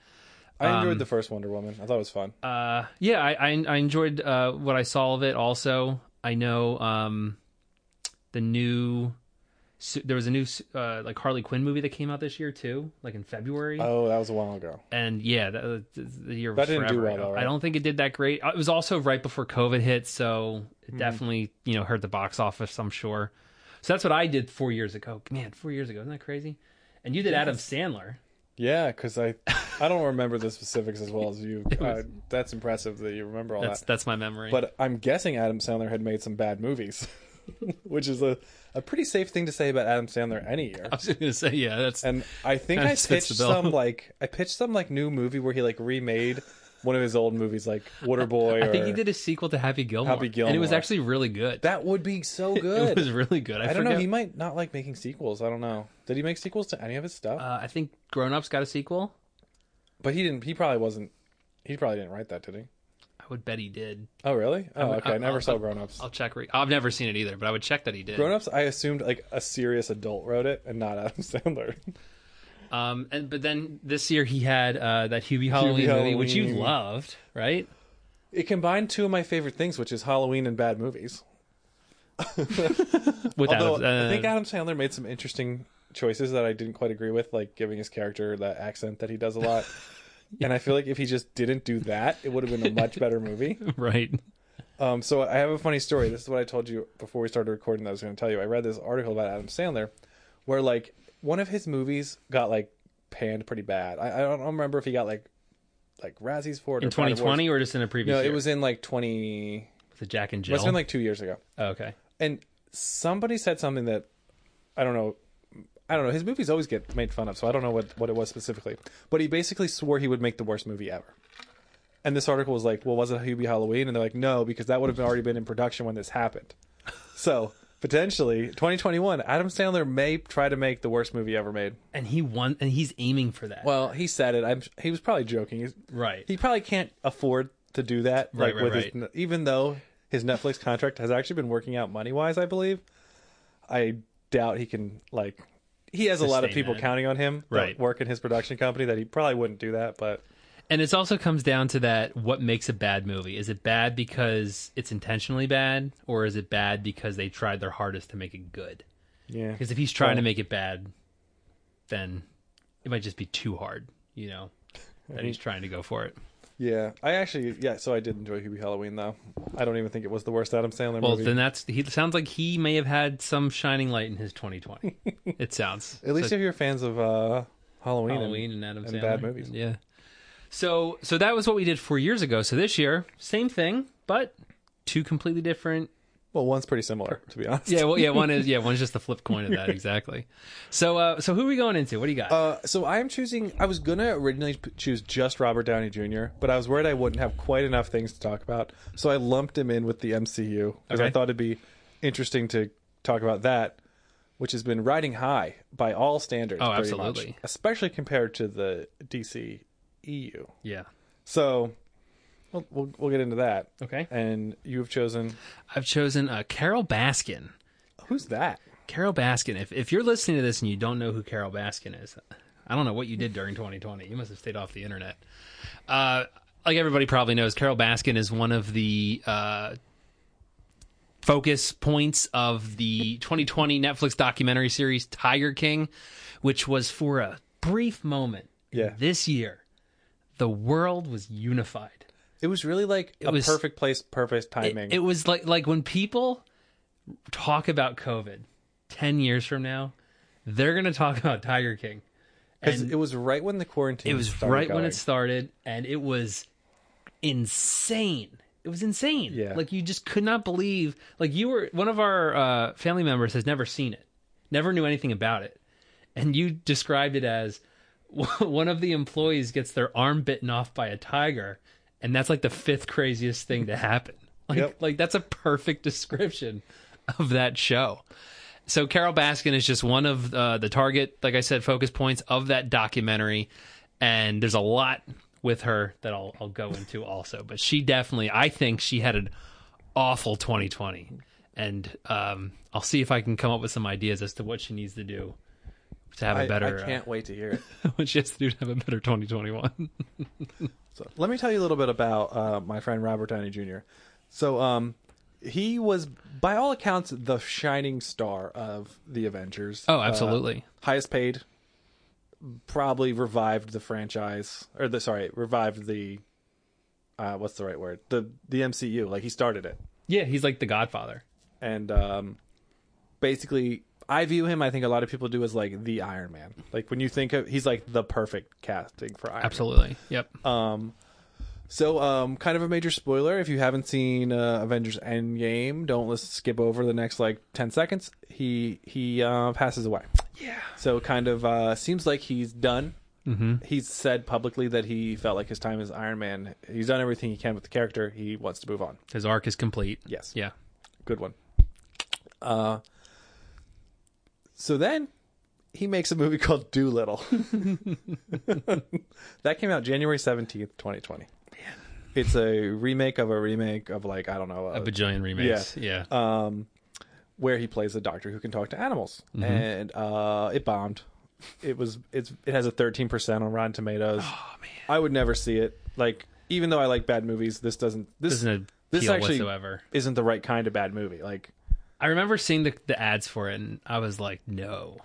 [SPEAKER 4] I enjoyed the first Wonder Woman. I thought it was fun.
[SPEAKER 3] Um, Uh, yeah, I I, I enjoyed uh, what I saw of it. Also, I know um, the new su- there was a new su- uh, like Harley Quinn movie that came out this year too, like in February.
[SPEAKER 4] oh, that was a while ago.
[SPEAKER 3] and yeah, that, the year was
[SPEAKER 4] That didn't do
[SPEAKER 3] forever
[SPEAKER 4] well,
[SPEAKER 3] ago.
[SPEAKER 4] though, right?
[SPEAKER 3] I don't think it did that great. Uh, It was also right before COVID hit, so it
[SPEAKER 4] Mm-hmm.
[SPEAKER 3] definitely you know hurt the box office. I'm sure. So that's what I did four years ago. Man, four years ago, isn't that crazy? And you did Adam Sandler.
[SPEAKER 4] Yeah, because I, I don't remember the specifics as well as you. Uh, that's impressive that you remember all
[SPEAKER 3] That's
[SPEAKER 4] that.
[SPEAKER 3] that's my memory.
[SPEAKER 4] But I'm guessing Adam Sandler had made some bad movies, which is a, a pretty safe thing to say about Adam Sandler any year.
[SPEAKER 3] I was gonna say, yeah, that's
[SPEAKER 4] And I think
[SPEAKER 3] Kinda
[SPEAKER 4] I
[SPEAKER 3] fits
[SPEAKER 4] pitched
[SPEAKER 3] the bill.
[SPEAKER 4] some like I pitched some like new movie where he like remade one of his old movies like Waterboy.
[SPEAKER 3] I think
[SPEAKER 4] or,
[SPEAKER 3] he did a sequel to Happy Gilmore.
[SPEAKER 4] Happy
[SPEAKER 3] And it was
[SPEAKER 4] Gilmore.
[SPEAKER 3] actually really good.
[SPEAKER 4] That would be so good.
[SPEAKER 3] It was really good. I,
[SPEAKER 4] I
[SPEAKER 3] forget.
[SPEAKER 4] don't know. He might not like making sequels. I don't know. Did he make sequels to any of his stuff?
[SPEAKER 3] uh, I think Grown Ups got a sequel.
[SPEAKER 4] but he didn't. He probably wasn't. He probably didn't write that, did he?
[SPEAKER 3] I would bet he did.
[SPEAKER 4] Oh really? Oh okay. I,
[SPEAKER 3] I'll-
[SPEAKER 4] never
[SPEAKER 3] I'll-
[SPEAKER 4] saw Grown Ups.
[SPEAKER 3] I'll check. Re- I've never seen it either, but I would check that he did.
[SPEAKER 4] Grown Ups. I assumed like a serious adult wrote it and not Adam Sandler.
[SPEAKER 3] Um, and but then this year he had uh, that Hubie Halloween, movie, which you
[SPEAKER 4] Halloween.
[SPEAKER 3] loved, right?
[SPEAKER 4] it combined two of my favorite things, which is Halloween and bad movies.
[SPEAKER 3] With
[SPEAKER 4] Although
[SPEAKER 3] Adam, uh,
[SPEAKER 4] I think Adam Sandler made some interesting choices that I didn't quite agree with, like giving his character that accent that he does a lot. And I feel like if he just didn't do that, it would have been a much better movie.
[SPEAKER 3] right.
[SPEAKER 4] Um, so I have a funny story. This is what I told you before we started recording that I was going to tell you. I read this article about Adam Sandler where like one of his movies got like panned pretty bad. I, I don't remember if he got like like Razzies for it
[SPEAKER 3] In
[SPEAKER 4] or Pride Awards.
[SPEAKER 3] 2020 or just in a previous
[SPEAKER 4] No,
[SPEAKER 3] year?
[SPEAKER 4] it was in like 20
[SPEAKER 3] the Jack and Jill.
[SPEAKER 4] Must have been like 2 years ago
[SPEAKER 3] Oh, okay.
[SPEAKER 4] and somebody said something that I don't know. I don't know. His movies always get made fun of, so I don't know what, what it was specifically. But he basically swore he would make the worst movie ever. And this article was like, "Well, was it Hubie Halloween?" And they're like, "No, because that would have been- already been in production when this happened." So potentially, 2021, Adam Sandler may try to make the worst movie ever made.
[SPEAKER 3] And he won, and he's aiming for that.
[SPEAKER 4] Well, he said it. I'm, he was probably joking. He's,
[SPEAKER 3] Right.
[SPEAKER 4] He probably can't afford to do that.
[SPEAKER 3] Right, right,
[SPEAKER 4] Like with His, even though his Netflix contract has actually been working out money wise, I believe. I doubt he can like. He has a lot of
[SPEAKER 3] Sustain
[SPEAKER 4] people
[SPEAKER 3] that.
[SPEAKER 4] counting on him that
[SPEAKER 3] Right.
[SPEAKER 4] work in his production company that he probably wouldn't do that. But
[SPEAKER 3] and it also comes down to that: what makes a bad movie? Is it bad because it's intentionally bad, or is it bad because they tried their hardest to make it good?
[SPEAKER 4] yeah,
[SPEAKER 3] Because if he's trying to make it bad, then it might just be too hard. You know, that he's trying to go for it.
[SPEAKER 4] yeah, I actually yeah. So I did enjoy Hubie Halloween though. I don't even think it was the worst Adam Sandler
[SPEAKER 3] Well,
[SPEAKER 4] movie.
[SPEAKER 3] then that's he sounds like he may have had some shining light in his 2020. it sounds
[SPEAKER 4] At least
[SPEAKER 3] so
[SPEAKER 4] if you're fans of uh, Halloween, and-
[SPEAKER 3] Halloween and Adam
[SPEAKER 4] and
[SPEAKER 3] Sandler.
[SPEAKER 4] bad movies.
[SPEAKER 3] Yeah. So so that was what we did four years ago. So this year, same thing, but two completely different
[SPEAKER 4] Well, one's pretty similar, to be honest.
[SPEAKER 3] Yeah, well, yeah, one is yeah, one's just the flip coin of that exactly. So, uh, so who are we going into? What do you got?
[SPEAKER 4] Uh, so I am choosing. I was gonna originally p- choose just Robert Downey Jr., but I was worried I wouldn't have quite enough things to talk about, so I lumped him in with the MCU because I
[SPEAKER 3] Okay.
[SPEAKER 4] thought it'd be interesting to talk about that, which has been riding high by all standards.
[SPEAKER 3] Oh,
[SPEAKER 4] pretty much,
[SPEAKER 3] absolutely.
[SPEAKER 4] especially compared to the DC EU.
[SPEAKER 3] yeah,
[SPEAKER 4] So we'll, we'll we'll get into that.
[SPEAKER 3] Okay.
[SPEAKER 4] And you have chosen
[SPEAKER 3] I've chosen uh, Carol Baskin.
[SPEAKER 4] who's that?
[SPEAKER 3] Carol Baskin. If if you're listening to this and you don't know who Carol Baskin is, I don't know what you did during 2020. You must have stayed off the internet. Uh, like everybody probably knows, Carol Baskin is one of the uh, focus points of the 2020 Netflix documentary series Tiger King, which was for a brief moment
[SPEAKER 4] Yeah.
[SPEAKER 3] this year, the world was unified.
[SPEAKER 4] It was really like a
[SPEAKER 3] was-
[SPEAKER 4] perfect place, perfect
[SPEAKER 3] It-
[SPEAKER 4] timing.
[SPEAKER 3] It, was like like when people talk about COVID ten years from now, they're gonna talk about Tiger King.
[SPEAKER 4] 'Cause
[SPEAKER 3] and-
[SPEAKER 4] it was right when the quarantine.
[SPEAKER 3] It was
[SPEAKER 4] started
[SPEAKER 3] right when
[SPEAKER 4] going.
[SPEAKER 3] it started, and it was insane. It was insane.
[SPEAKER 4] Yeah.
[SPEAKER 3] Like you just could not believe. Like you were one of our uh, family members has never seen it, never knew anything about it, and you described it as one of the employees gets their arm bitten off by a tiger, and that's like the fifth craziest thing to happen. Like,
[SPEAKER 4] Yep.
[SPEAKER 3] like that's a perfect description of that show. So Carol Baskin is just one of uh, the target, like I said, focus points of that documentary, and there's a lot with her that I'll, I'll go into also. But she definitely, I think she had an awful 2020, and um, I'll see if I can come up with some ideas as to what she needs to do to have
[SPEAKER 4] I,
[SPEAKER 3] a better.
[SPEAKER 4] I can't wait to hear it.
[SPEAKER 3] uh, what she has to do to have a better 2021.
[SPEAKER 4] So let me tell you a little bit about uh, my friend Robert Downey Jr. So um, he was, by all accounts, the shining star of the Avengers.
[SPEAKER 3] Oh,
[SPEAKER 4] Uh,
[SPEAKER 3] absolutely.
[SPEAKER 4] highest paid. Probably revived the franchise, or the sorry, revived the. Uh, what's the right word? The the MCU. Like he started it.
[SPEAKER 3] yeah, he's like the Godfather.
[SPEAKER 4] and um, basically I view him. I think a lot of people do as like the Iron Man. Like when you think of, he's like the perfect casting for Iron. Man.
[SPEAKER 3] Absolutely. Yep.
[SPEAKER 4] So, um, kind of a major spoiler if you haven't seen uh, Avengers Endgame, don't let's skip over the next like ten seconds. He he uh, passes away. Yeah. So, kind of uh, seems like he's done. Mm-hmm. He's said publicly that he felt like his time as Iron Man. He's done everything he can with the character. He wants to move on.
[SPEAKER 3] His arc is complete.
[SPEAKER 4] Yes.
[SPEAKER 3] Yeah.
[SPEAKER 4] good one. Uh, so then he makes a movie called Doolittle. that came out January seventeenth, twenty twenty. It's a remake of a remake of like I don't know
[SPEAKER 3] A
[SPEAKER 4] a,
[SPEAKER 3] bajillion remakes. Yeah.
[SPEAKER 4] where he plays a doctor who can talk to animals,
[SPEAKER 3] Mm-hmm.
[SPEAKER 4] and uh, it bombed. It was it's it has a thirteen percent on Rotten Tomatoes. Oh man, I would never see it. Like even though I like bad movies, this doesn't this
[SPEAKER 3] Doesn't
[SPEAKER 4] this
[SPEAKER 3] appeal
[SPEAKER 4] actually
[SPEAKER 3] whatsoever.
[SPEAKER 4] isn't the right kind of bad movie. Like
[SPEAKER 3] I remember seeing the, the ads for it, and I was like, no,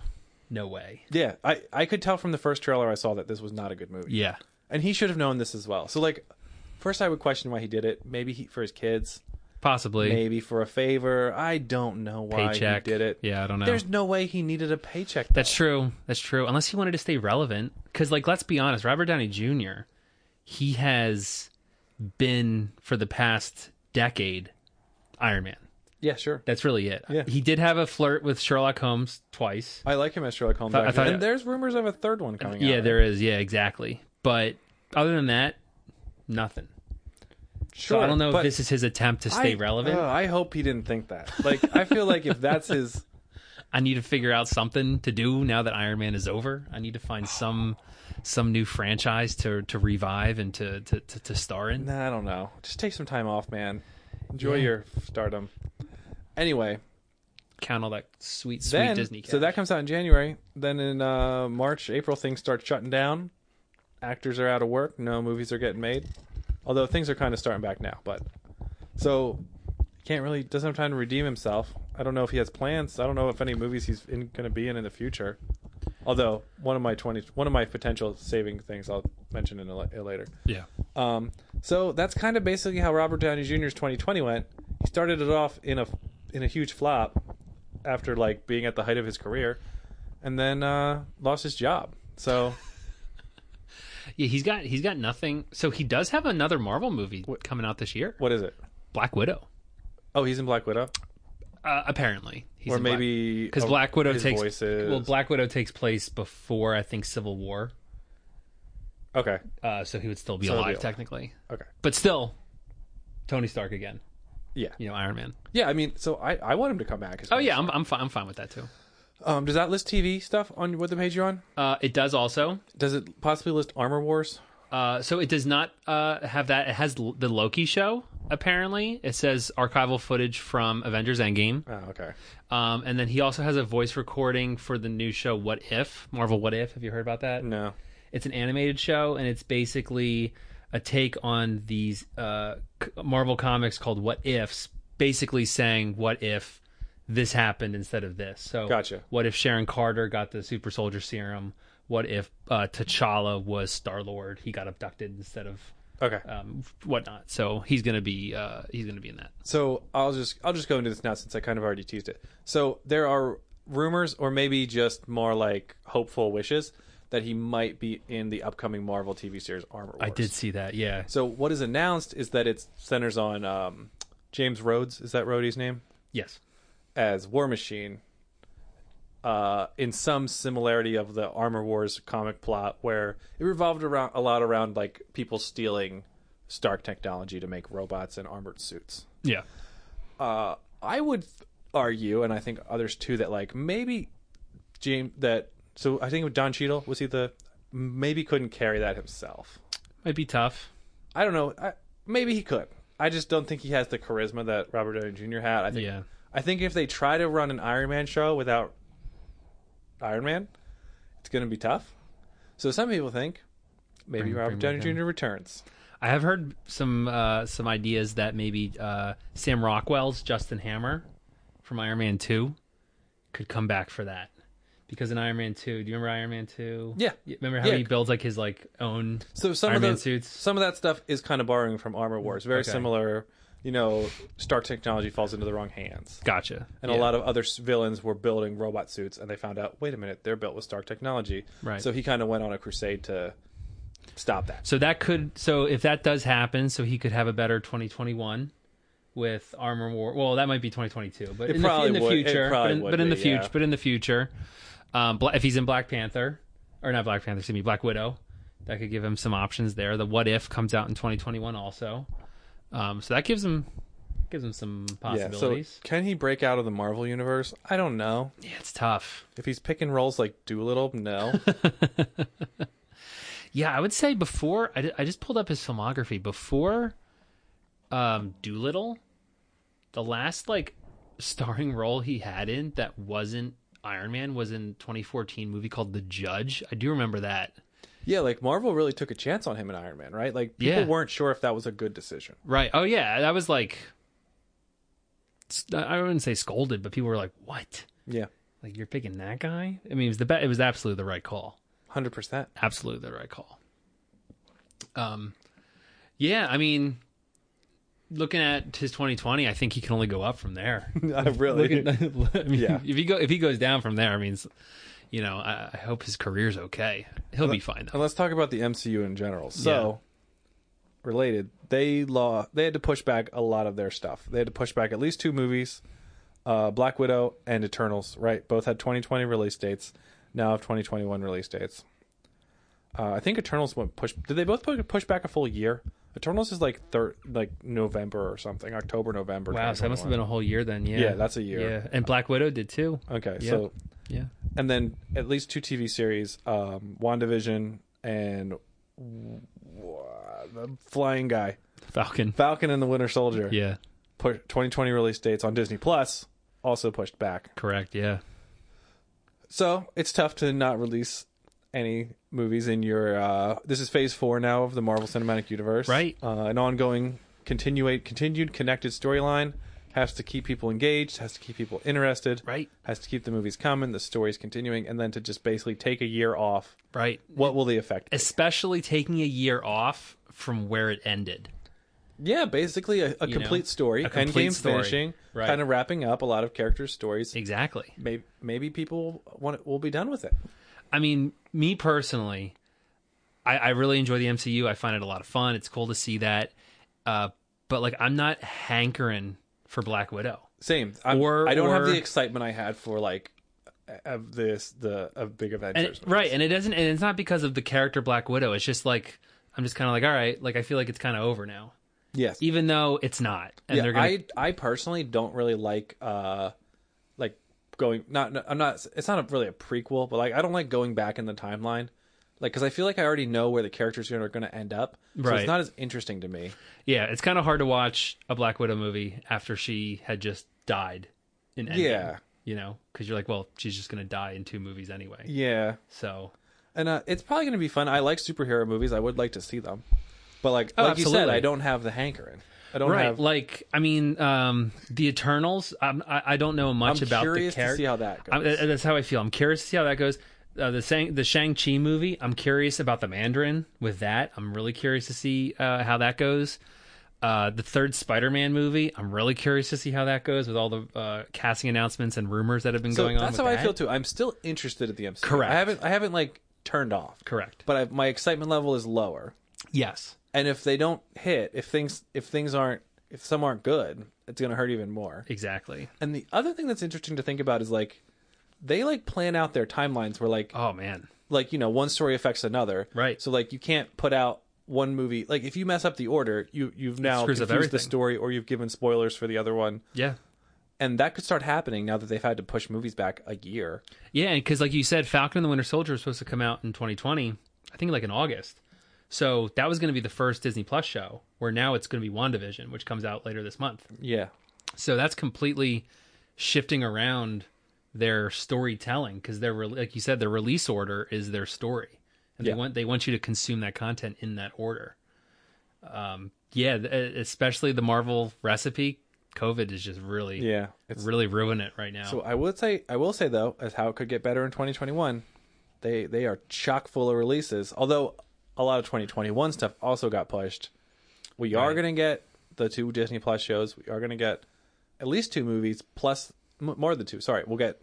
[SPEAKER 3] no way.
[SPEAKER 4] Yeah, I, I could tell from the first trailer I saw that this was not a good movie.
[SPEAKER 3] Yeah.
[SPEAKER 4] And he should have known this as well. So, like, first I would question why he did it. Maybe he, for his kids,
[SPEAKER 3] Possibly.
[SPEAKER 4] maybe for a favor. I don't know why
[SPEAKER 3] Paycheck.
[SPEAKER 4] he did it.
[SPEAKER 3] Yeah, I don't know.
[SPEAKER 4] There's no way he needed a paycheck.
[SPEAKER 3] That's true. That's true. Unless he wanted to stay relevant. Because, like, let's be honest, Robert Downey Jr., he has been for the past decade Iron Man.
[SPEAKER 4] yeah, sure.
[SPEAKER 3] That's really it.
[SPEAKER 4] Yeah.
[SPEAKER 3] He did have a flirt with Sherlock Holmes twice.
[SPEAKER 4] I like him as Sherlock Holmes.
[SPEAKER 3] Thought- I
[SPEAKER 4] actually.
[SPEAKER 3] thought-
[SPEAKER 4] and there's rumors of a third one coming out.
[SPEAKER 3] Yeah,
[SPEAKER 4] right?
[SPEAKER 3] there is. Yeah, exactly. But other than that, nothing.
[SPEAKER 4] Sure,
[SPEAKER 3] so I don't know
[SPEAKER 4] but
[SPEAKER 3] if this is his attempt to stay
[SPEAKER 4] I-
[SPEAKER 3] relevant.
[SPEAKER 4] uh, I hope he didn't think that. Like, I feel like if that's his.
[SPEAKER 3] I need to figure out something to do now that Iron Man is over. I need to find some some new franchise to to revive and to to, to, to star in.
[SPEAKER 4] Nah, I don't know. Just take some time off, man. Enjoy
[SPEAKER 3] Yeah.
[SPEAKER 4] your stardom. Anyway,
[SPEAKER 3] Count all that sweet sweet
[SPEAKER 4] then,
[SPEAKER 3] Disney. Cash.
[SPEAKER 4] So that comes out in January. Then in uh, March, April, things start shutting down. Actors are out of work. No movies are getting made. Although things are kind of starting back now, but so can't really doesn't have time to redeem himself. I don't know if he has plans. I don't know if any movies he's in, going to be in in the future. Although one of my twenty, one of my potential saving things I'll mention in a, li- later.
[SPEAKER 3] yeah.
[SPEAKER 4] Um, so that's kind of basically how Robert Downey Jr.'s 2020 went. He started it off in a in a huge flop after like being at the height of his career, and then uh, lost his job. So
[SPEAKER 3] Yeah, he's got he's got nothing. So he does have another Marvel movie coming out this year.
[SPEAKER 4] what is it?
[SPEAKER 3] Black Widow.
[SPEAKER 4] Oh, he's in Black Widow.
[SPEAKER 3] Uh, apparently, he's
[SPEAKER 4] Or
[SPEAKER 3] in Black-
[SPEAKER 4] maybe
[SPEAKER 3] because
[SPEAKER 4] a-
[SPEAKER 3] Black Widow
[SPEAKER 4] his
[SPEAKER 3] takes
[SPEAKER 4] voice is-
[SPEAKER 3] well, Black Widow takes place before I think Civil War,
[SPEAKER 4] Okay.
[SPEAKER 3] uh, so he would still be
[SPEAKER 4] So he'll be
[SPEAKER 3] alive
[SPEAKER 4] alive.
[SPEAKER 3] technically,
[SPEAKER 4] Okay.
[SPEAKER 3] but still, Tony Stark again.
[SPEAKER 4] Yeah.
[SPEAKER 3] You know, Iron Man.
[SPEAKER 4] Yeah. I mean, so I, I want him to come back. as
[SPEAKER 3] Oh
[SPEAKER 4] well.
[SPEAKER 3] yeah, I'm I'm fine. I'm fine with that too.
[SPEAKER 4] Um, does that list TV stuff on with the page you're on?
[SPEAKER 3] Uh, it does also.
[SPEAKER 4] Does it possibly list Armor Wars?
[SPEAKER 3] Uh, so it does not uh, have that. It has l- the Loki show. Apparently, it says archival footage from Avengers Endgame,
[SPEAKER 4] Oh, okay.
[SPEAKER 3] um, and then he also has a voice recording for the new show What If Marvel What If. Have you heard about that?
[SPEAKER 4] No.
[SPEAKER 3] It's an animated show, and it's basically a take on these uh, c- Marvel comics called What Ifs, basically saying what if this happened instead of this. So,
[SPEAKER 4] Gotcha.
[SPEAKER 3] What if Sharon Carter got the super soldier serum? What if uh, T'Challa was Star Lord? He got abducted instead of
[SPEAKER 4] Okay.
[SPEAKER 3] um, whatnot. So he's gonna be uh, he's gonna be in that.
[SPEAKER 4] So I'll just I'll just go into this now since I kind of already teased it. So there are rumors, or maybe just more like hopeful wishes, that he might be in the upcoming Marvel TV series Armor Wars.
[SPEAKER 3] I did see that. Yeah.
[SPEAKER 4] So what is announced is that it centers on um, James Rhodes. Is that Rhodey's name?
[SPEAKER 3] Yes.
[SPEAKER 4] as War Machine, uh, in some similarity of the Armor Wars comic plot, where it revolved around a lot around like people stealing Stark technology to make robots and armored suits.
[SPEAKER 3] Yeah.
[SPEAKER 4] I would argue, and I think others too, that like maybe James that so I think Don Cheadle was he the maybe couldn't carry that himself.
[SPEAKER 3] Might be tough.
[SPEAKER 4] I don't know. I, maybe he could. I just don't think he has the charisma that Robert Downey Jr. had. I think.
[SPEAKER 3] Yeah.
[SPEAKER 4] I think if they try to run an Iron Man show without Iron Man, it's going to be tough. So some people think maybe Robert
[SPEAKER 3] bring
[SPEAKER 4] Downey
[SPEAKER 3] back
[SPEAKER 4] Jr. returns.
[SPEAKER 3] I have heard some uh, some ideas that maybe uh, Sam Rockwell's Justin Hammer from Iron Man Two could come back for that because in Iron Man Two, do you remember Iron Man Two?
[SPEAKER 4] Yeah.
[SPEAKER 3] remember how
[SPEAKER 4] Yeah.
[SPEAKER 3] he builds like his like own
[SPEAKER 4] So some
[SPEAKER 3] Iron
[SPEAKER 4] of
[SPEAKER 3] Man
[SPEAKER 4] the,
[SPEAKER 3] suits.
[SPEAKER 4] some of that stuff is kind of borrowing from Armor Wars. Very
[SPEAKER 3] Okay.
[SPEAKER 4] similar. You know, Stark technology falls into the wrong hands.
[SPEAKER 3] Gotcha.
[SPEAKER 4] and a lot of other s- villains were building robot suits and they found out wait a minute they're built with stark technology
[SPEAKER 3] Right.
[SPEAKER 4] so he kind of went on a crusade to stop that
[SPEAKER 3] So that could so if that does happen, so he could have a better 2021 with Armor War. Well, that might be 2022, but
[SPEAKER 4] It
[SPEAKER 3] in, the,
[SPEAKER 4] probably
[SPEAKER 3] in the
[SPEAKER 4] would- it
[SPEAKER 3] future, but
[SPEAKER 4] probably
[SPEAKER 3] in,
[SPEAKER 4] would
[SPEAKER 3] but in
[SPEAKER 4] be,
[SPEAKER 3] the future,
[SPEAKER 4] yeah.
[SPEAKER 3] but in the future, um, Bla- if he's in Black Panther or not Black Panther, excuse me, Black Widow, that could give him some options there. The What If comes out in 2021 also, um, so that gives him gives him some
[SPEAKER 4] yeah so
[SPEAKER 3] possibilities.
[SPEAKER 4] can he break out of the marvel universe i don't know
[SPEAKER 3] Yeah, it's tough.
[SPEAKER 4] if he's picking roles like doolittle no
[SPEAKER 3] Yeah, I would say before I, di- I just pulled up his filmography before um Doolittle, the last like starring role he had in that wasn't Iron Man was in 2014 movie called The Judge. I do remember that.
[SPEAKER 4] yeah like marvel really took a chance on him in iron man right like people
[SPEAKER 3] Yeah.
[SPEAKER 4] weren't sure if that was a good decision
[SPEAKER 3] Right. Oh yeah, that was like s- I wouldn't say scolded, but people were like, "What?
[SPEAKER 4] yeah
[SPEAKER 3] Like you're picking that guy?" I mean, it was the be- it was absolutely the right call.
[SPEAKER 4] 100%
[SPEAKER 3] absolutely the right call. Um, yeah, I mean, looking at his 2020, I think he can only go up from there.
[SPEAKER 4] i really
[SPEAKER 3] Looking- I mean,
[SPEAKER 4] Yeah.
[SPEAKER 3] if he go if he goes down from there, I mean, it's- you know, I, I hope his career's okay. He'll be fine
[SPEAKER 4] And
[SPEAKER 3] though.
[SPEAKER 4] let's talk about the MCU in general. So, related, they law they had to push back a lot of their stuff. They had to push back at least two movies, uh, Black Widow and Eternals. Right, both had 2020 release dates. Now have 2021 release dates. Uh, I think Eternals went push. Did they both pu- push back a full year? Eternals is like thir- like November or something, October November.
[SPEAKER 3] oh, Wow, so that must have been a whole year then. Yeah,
[SPEAKER 4] Yeah, that's a year. Uh,
[SPEAKER 3] Yeah, and Black Widow did too.
[SPEAKER 4] okay.
[SPEAKER 3] Yeah.
[SPEAKER 4] So
[SPEAKER 3] Yeah,
[SPEAKER 4] and then at least two TV series, um, WandaVision and uh, the Flying Guy,
[SPEAKER 3] Falcon.
[SPEAKER 4] Falcon and the Winter Soldier.
[SPEAKER 3] Yeah,
[SPEAKER 4] Push, 2020 release dates on Disney Plus also pushed back.
[SPEAKER 3] correct. Yeah,
[SPEAKER 4] So it's tough to not release any movies in your. Uh, this is Phase Four now of the Marvel Cinematic Universe,
[SPEAKER 3] Right.
[SPEAKER 4] Uh, an ongoing, continuate, continued connected storyline has to keep people engaged, has to keep people interested,
[SPEAKER 3] Right.
[SPEAKER 4] Has to keep the movies coming, the stories continuing, and then to just basically take a year off
[SPEAKER 3] right.
[SPEAKER 4] what will the effect be?
[SPEAKER 3] Especially taking a year off from where it ended.
[SPEAKER 4] yeah basically a, a
[SPEAKER 3] You know,
[SPEAKER 4] complete story
[SPEAKER 3] a complete
[SPEAKER 4] endgame
[SPEAKER 3] story.
[SPEAKER 4] finishing
[SPEAKER 3] Right.
[SPEAKER 4] kind of wrapping up a lot of characters stories
[SPEAKER 3] Exactly.
[SPEAKER 4] maybe, maybe people want will be done with it
[SPEAKER 3] I mean, me personally, I, I really enjoy the MCU. I find it a lot of fun. It's cool to see that. Uh, but like, I'm not hankering for Black Widow.
[SPEAKER 4] Same. I'm,
[SPEAKER 3] Or-
[SPEAKER 4] I don't have
[SPEAKER 3] or-
[SPEAKER 4] the excitement I had for like of this the of big
[SPEAKER 3] And-
[SPEAKER 4] adventures.
[SPEAKER 3] right, and it doesn't. And it's not because of the character Black Widow. It's just like I'm just kind of like, all right, like I feel like it's kind of over now,
[SPEAKER 4] Yes.
[SPEAKER 3] even though it's not. And
[SPEAKER 4] yeah,
[SPEAKER 3] they're gonna,
[SPEAKER 4] I I personally don't really like uh like going not no, I'm not it's not a, really a prequel, but like I don't like going back in the timeline. Like cuz I feel like I already know where the characters are going to end up. So
[SPEAKER 3] Right.
[SPEAKER 4] it's not as interesting to me.
[SPEAKER 3] yeah, it's kind of hard to watch a Black Widow movie after she had just died. In Endgame,
[SPEAKER 4] Yeah.
[SPEAKER 3] you know, because you're like, well, she's just gonna die in two movies anyway.
[SPEAKER 4] Yeah.
[SPEAKER 3] So
[SPEAKER 4] And uh, it's probably going to be fun. I like superhero movies. I would like to see them. But like
[SPEAKER 3] Oh,
[SPEAKER 4] like you said,
[SPEAKER 3] absolutely.
[SPEAKER 4] I don't have the hankering. I don't
[SPEAKER 3] right
[SPEAKER 4] have
[SPEAKER 3] like i mean um the eternals I'm, i i don't know much
[SPEAKER 4] I'm
[SPEAKER 3] about
[SPEAKER 4] curious
[SPEAKER 3] the
[SPEAKER 4] to
[SPEAKER 3] character
[SPEAKER 4] see how that
[SPEAKER 3] I'm-
[SPEAKER 4] goes.
[SPEAKER 3] uh, that's how i feel i'm curious to see how that goes uh, the Shang the Shang Chi movie. I'm curious about the Mandarin with that. I'm really curious to see uh, how that goes. Uh, the third Spider Man movie. I'm really curious to see how that goes with all the uh, casting announcements and rumors that have been
[SPEAKER 4] So
[SPEAKER 3] going on.
[SPEAKER 4] That's
[SPEAKER 3] with
[SPEAKER 4] how I
[SPEAKER 3] that.
[SPEAKER 4] feel too. I'm still interested at the MCU.
[SPEAKER 3] Correct.
[SPEAKER 4] I haven't I haven't like turned off.
[SPEAKER 3] Correct.
[SPEAKER 4] But I, my excitement level is lower.
[SPEAKER 3] Yes.
[SPEAKER 4] And if they don't hit, if things if things aren't if some aren't good, it's going to hurt even more.
[SPEAKER 3] Exactly.
[SPEAKER 4] And the other thing that's interesting to think about is like they like plan out their timelines where like
[SPEAKER 3] Oh man.
[SPEAKER 4] like you know one story affects another.
[SPEAKER 3] Right.
[SPEAKER 4] So like you can't put out one movie like if you mess up the order, you you've now
[SPEAKER 3] screws
[SPEAKER 4] confused
[SPEAKER 3] up
[SPEAKER 4] the
[SPEAKER 3] everything.
[SPEAKER 4] story or you've given spoilers for the other one.
[SPEAKER 3] Yeah.
[SPEAKER 4] And that could start happening now that they've had to push movies back a year.
[SPEAKER 3] Yeah, because like you said, Falcon and the Winter Soldier was supposed to come out in 2020. I think like in August. So that was going to be the first Disney Plus show. Where now it's going to be WandaVision, which comes out later this month.
[SPEAKER 4] Yeah.
[SPEAKER 3] So that's completely shifting around their storytelling because their re- like you said, their release order is their story, and
[SPEAKER 4] Yeah.
[SPEAKER 3] they want they want you to consume that content in that order. Um, yeah, th- especially the Marvel recipe. COVID is just really,
[SPEAKER 4] Yeah. It's
[SPEAKER 3] really ruin it right now.
[SPEAKER 4] So I would say I will say though, as how it could get better in 2021, they they are chock full of releases. Although a lot of 2021 stuff also got pushed. We are going to get the two Disney Plus shows. We are going to get at least two movies plus m- more than two. Sorry, we'll get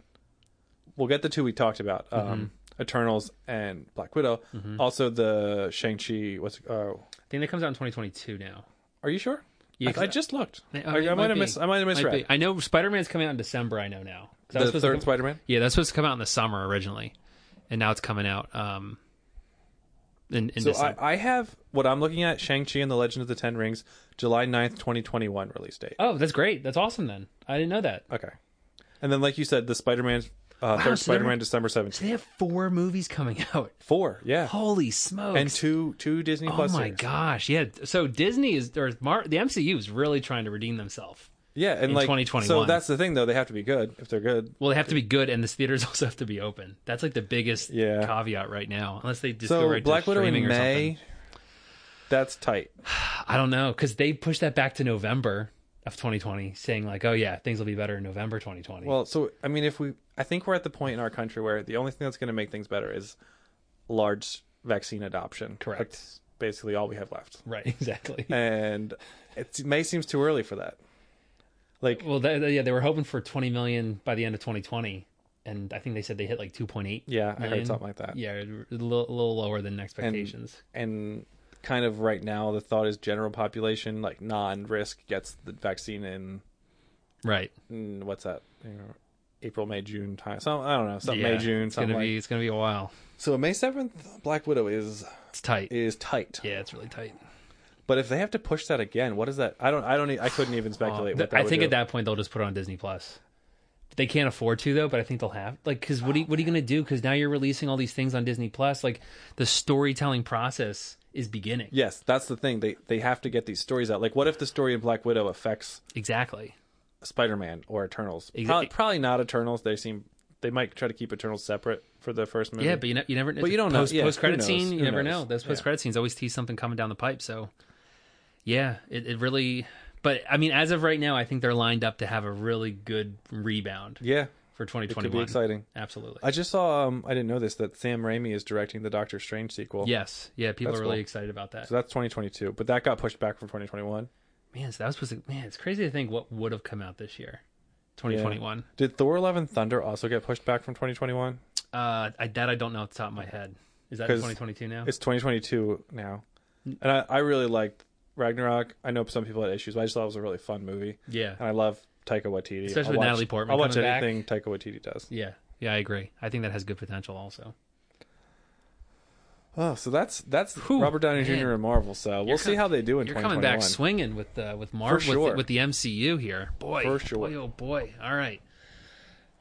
[SPEAKER 4] we'll get the two we talked about,
[SPEAKER 3] Mm-hmm.
[SPEAKER 4] um, Eternals and Black Widow. Also the Shang Chi. What's uh,
[SPEAKER 3] I think that comes out in 2022 now.
[SPEAKER 4] are you sure? I,
[SPEAKER 3] 'cause
[SPEAKER 4] I just looked.
[SPEAKER 3] May-
[SPEAKER 4] I, I
[SPEAKER 3] it
[SPEAKER 4] might have
[SPEAKER 3] be.
[SPEAKER 4] mis- I might have
[SPEAKER 3] Might
[SPEAKER 4] misread.
[SPEAKER 3] be. I know Spider Man's coming out in December. I know now. 'Cause that was
[SPEAKER 4] The
[SPEAKER 3] supposed to
[SPEAKER 4] third
[SPEAKER 3] come-
[SPEAKER 4] Spider-Man.
[SPEAKER 3] Yeah, that's supposed to come out in the summer originally, and now it's coming out um in, in
[SPEAKER 4] So
[SPEAKER 3] December.
[SPEAKER 4] I, I have what I'm looking at Shang-Chi and the Legend of the Ten Rings, July 9th, 2021 release date.
[SPEAKER 3] oh, that's great. That's awesome. Then I didn't know that.
[SPEAKER 4] Okay. And then, like you said, the Spider-Man, uh, third
[SPEAKER 3] so they're-
[SPEAKER 4] Spider-Man, December
[SPEAKER 3] So
[SPEAKER 4] 17th.
[SPEAKER 3] they have four movies coming out.
[SPEAKER 4] Four, yeah.
[SPEAKER 3] Holy smokes!
[SPEAKER 4] and two two Disney
[SPEAKER 3] Oh
[SPEAKER 4] Plus
[SPEAKER 3] my
[SPEAKER 4] series.
[SPEAKER 3] gosh! Yeah. So Disney is or Mar- the MCU is really trying to redeem themselves.
[SPEAKER 4] Yeah, and
[SPEAKER 3] in
[SPEAKER 4] like,
[SPEAKER 3] 2021.
[SPEAKER 4] so that's the thing, though. They have to be good. If they're good,
[SPEAKER 3] Well, they have to be good, and the theaters also have to be open. That's like the biggest
[SPEAKER 4] Yeah.
[SPEAKER 3] caveat right now. Unless they just
[SPEAKER 4] so
[SPEAKER 3] go right
[SPEAKER 4] Black
[SPEAKER 3] to
[SPEAKER 4] Widow in
[SPEAKER 3] streaming or something.
[SPEAKER 4] May. That's tight.
[SPEAKER 3] I don't know because they pushed that back to November of 2020, saying like, "Oh yeah, things will be better in November 2020."
[SPEAKER 4] Well, so I mean, if we, I think we're at the point in our country where the only thing that's going to make things better is large vaccine adoption.
[SPEAKER 3] Correct.
[SPEAKER 4] That's basically all we have left.
[SPEAKER 3] right, exactly.
[SPEAKER 4] and it May seems too early for that. Like,
[SPEAKER 3] well, they, they- yeah, they were hoping for 20 million by the end of 2020, and I think they said they hit like 2.8.
[SPEAKER 4] yeah, I heard
[SPEAKER 3] million.
[SPEAKER 4] something like that.
[SPEAKER 3] Yeah, a li- little, lower than expectations.
[SPEAKER 4] And kind of right now, the thought is general population, like non-risk, gets the vaccine in
[SPEAKER 3] right.
[SPEAKER 4] in- what's that? You know, April, May, June time. Some I don't know. Some May,
[SPEAKER 3] Yeah,
[SPEAKER 4] June.
[SPEAKER 3] It's gonna
[SPEAKER 4] Something like.
[SPEAKER 3] be. It's gonna be a while.
[SPEAKER 4] So May seventh, Black Widow is
[SPEAKER 3] It's tight.
[SPEAKER 4] is tight.
[SPEAKER 3] yeah, it's really tight.
[SPEAKER 4] But if they have to push that again, what is that? I don't. I don't. e- I couldn't even speculate. what that
[SPEAKER 3] Oh, I
[SPEAKER 4] would
[SPEAKER 3] think
[SPEAKER 4] do.
[SPEAKER 3] at that point they'll just put it on Disney Plus. They can't afford to though, but I think they'll have like because what are you, what are you going to do? Because now you're releasing all these things on Disney Plus. Like the storytelling process is beginning.
[SPEAKER 4] Yes, that's the thing. They they have to get these stories out. Like, what if the story in Black Widow affects
[SPEAKER 3] Exactly.
[SPEAKER 4] Spider-Man or Eternals.
[SPEAKER 3] Exa-
[SPEAKER 4] Probably, probably not Eternals. They seem they might try to keep Eternals separate for the first movie.
[SPEAKER 3] Yeah, but you, ne- you never.
[SPEAKER 4] But you don't know.
[SPEAKER 3] post,
[SPEAKER 4] Yeah,
[SPEAKER 3] Post credit
[SPEAKER 4] who knows?
[SPEAKER 3] scene, you
[SPEAKER 4] Who
[SPEAKER 3] never
[SPEAKER 4] knows?
[SPEAKER 3] know. Those
[SPEAKER 4] Yeah.
[SPEAKER 3] post credit scenes always tease something coming down the pipe. So, yeah, it, it really. But I mean, as of right now, I think they're lined up to have a really good rebound
[SPEAKER 4] yeah,
[SPEAKER 3] for
[SPEAKER 4] it could
[SPEAKER 3] 2021.
[SPEAKER 4] be exciting.
[SPEAKER 3] Absolutely.
[SPEAKER 4] I just saw. Um, I didn't know this that Sam Raimi is directing the Doctor Strange sequel.
[SPEAKER 3] yes. Yeah. People
[SPEAKER 4] That's
[SPEAKER 3] are really
[SPEAKER 4] cool.
[SPEAKER 3] excited about that.
[SPEAKER 4] so that's 2022, but that got pushed back from 2021.
[SPEAKER 3] Man, so that was supposed to, man, it's crazy to think what would have come out this year, 2021.
[SPEAKER 4] Did Thor: Love and Thunder also get pushed back from 2021?
[SPEAKER 3] Uh, I, that I don't know off the top of my head. Is that in
[SPEAKER 4] 'Cause
[SPEAKER 3] 2022 now?
[SPEAKER 4] It's 2022 now, and I, I really liked Ragnarok. I know some people had issues, but I just thought it was a really fun movie.
[SPEAKER 3] Yeah.
[SPEAKER 4] and I love Taika Waititi.
[SPEAKER 3] Especially
[SPEAKER 4] I'll
[SPEAKER 3] with
[SPEAKER 4] watch-
[SPEAKER 3] Natalie Portman
[SPEAKER 4] I'll watch
[SPEAKER 3] coming back.
[SPEAKER 4] anything Taika Waititi does.
[SPEAKER 3] Yeah, yeah, I agree. I think that has good potential also.
[SPEAKER 4] Oh, so that's that's
[SPEAKER 3] Whew,
[SPEAKER 4] Robert Downey
[SPEAKER 3] man.
[SPEAKER 4] Jr. and Marvel. So we'll
[SPEAKER 3] You're
[SPEAKER 4] see
[SPEAKER 3] com-
[SPEAKER 4] how they do in
[SPEAKER 3] You're coming
[SPEAKER 4] 2021.
[SPEAKER 3] back swinging with the with Marvel
[SPEAKER 4] For
[SPEAKER 3] with,
[SPEAKER 4] sure.
[SPEAKER 3] the, with the MCU here, boy.
[SPEAKER 4] For sure.
[SPEAKER 3] Boy, oh boy. All right.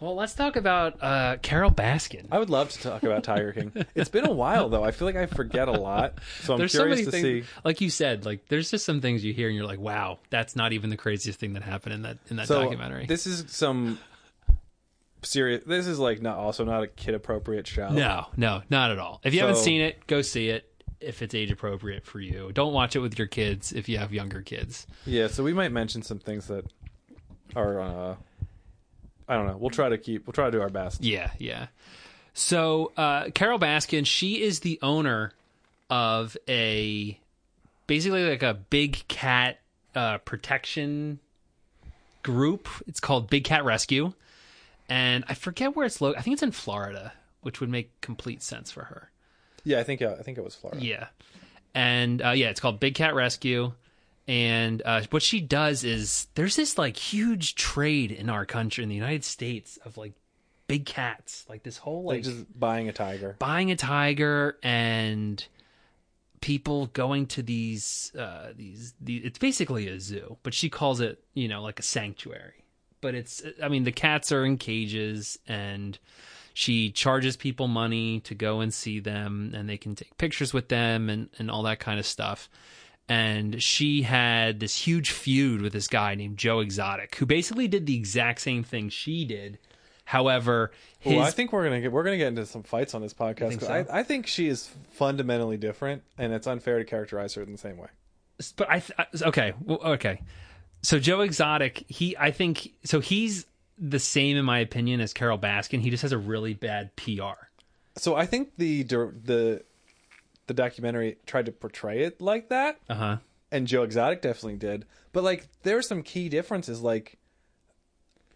[SPEAKER 3] Well, let's talk about uh, Carol Baskin.
[SPEAKER 4] I would love to talk about Tiger King. It's been a while though. I feel like I forget a lot. So I'm
[SPEAKER 3] there's so
[SPEAKER 4] curious
[SPEAKER 3] many
[SPEAKER 4] to
[SPEAKER 3] things,
[SPEAKER 4] see.
[SPEAKER 3] like you said, like there's just some things you hear and you're like, wow, that's not even the craziest thing that happened in that in that
[SPEAKER 4] So
[SPEAKER 3] documentary.
[SPEAKER 4] this is some serious. This is like not also not a kid appropriate show.
[SPEAKER 3] no, no, not at all. If you haven't
[SPEAKER 4] So-
[SPEAKER 3] seen it, go see it. If it's age appropriate for you, don't watch it with your kids if you have younger kids.
[SPEAKER 4] Yeah. So we might mention some things that are. Uh, I don't know. We'll try to keep. We'll try to do our best.
[SPEAKER 3] Yeah, yeah. So uh, Carol Baskin, she is the owner of a basically like a big cat uh, protection group. It's called Big Cat Rescue, and I forget where it's located. I think it's in Florida, which would make complete sense for her.
[SPEAKER 4] Yeah. I think. Uh, I think it was Florida.
[SPEAKER 3] Yeah. And uh, yeah, it's called Big Cat Rescue. And uh, what she does is there's this like huge trade in our country, in the United States, of like big cats, like this whole
[SPEAKER 4] Like
[SPEAKER 3] like
[SPEAKER 4] just buying a tiger.
[SPEAKER 3] buying a tiger and people going to these uh these, these it's basically a zoo but she calls it you know like a sanctuary but it's i mean the cats are in cages and she charges people money to go and see them and they can take pictures with them and and all that kind of stuff and she had this huge feud with this guy named Joe Exotic who basically did the exact same thing she did however his
[SPEAKER 4] Well, Oh, I think we're gonna get we're gonna get into some fights on this podcast.
[SPEAKER 3] think
[SPEAKER 4] 'cause
[SPEAKER 3] so?
[SPEAKER 4] I, I think she is fundamentally different, and it's unfair to characterize her in the same way.
[SPEAKER 3] but I th- I- okay, well, okay. So Joe Exotic, he I think so he's the same in my opinion as Carol Baskin. He just has a really bad PR.
[SPEAKER 4] So I think the dir- the the documentary tried to portray it like that,
[SPEAKER 3] Uh huh.
[SPEAKER 4] and Joe Exotic definitely did. But like, there are some key differences. Like,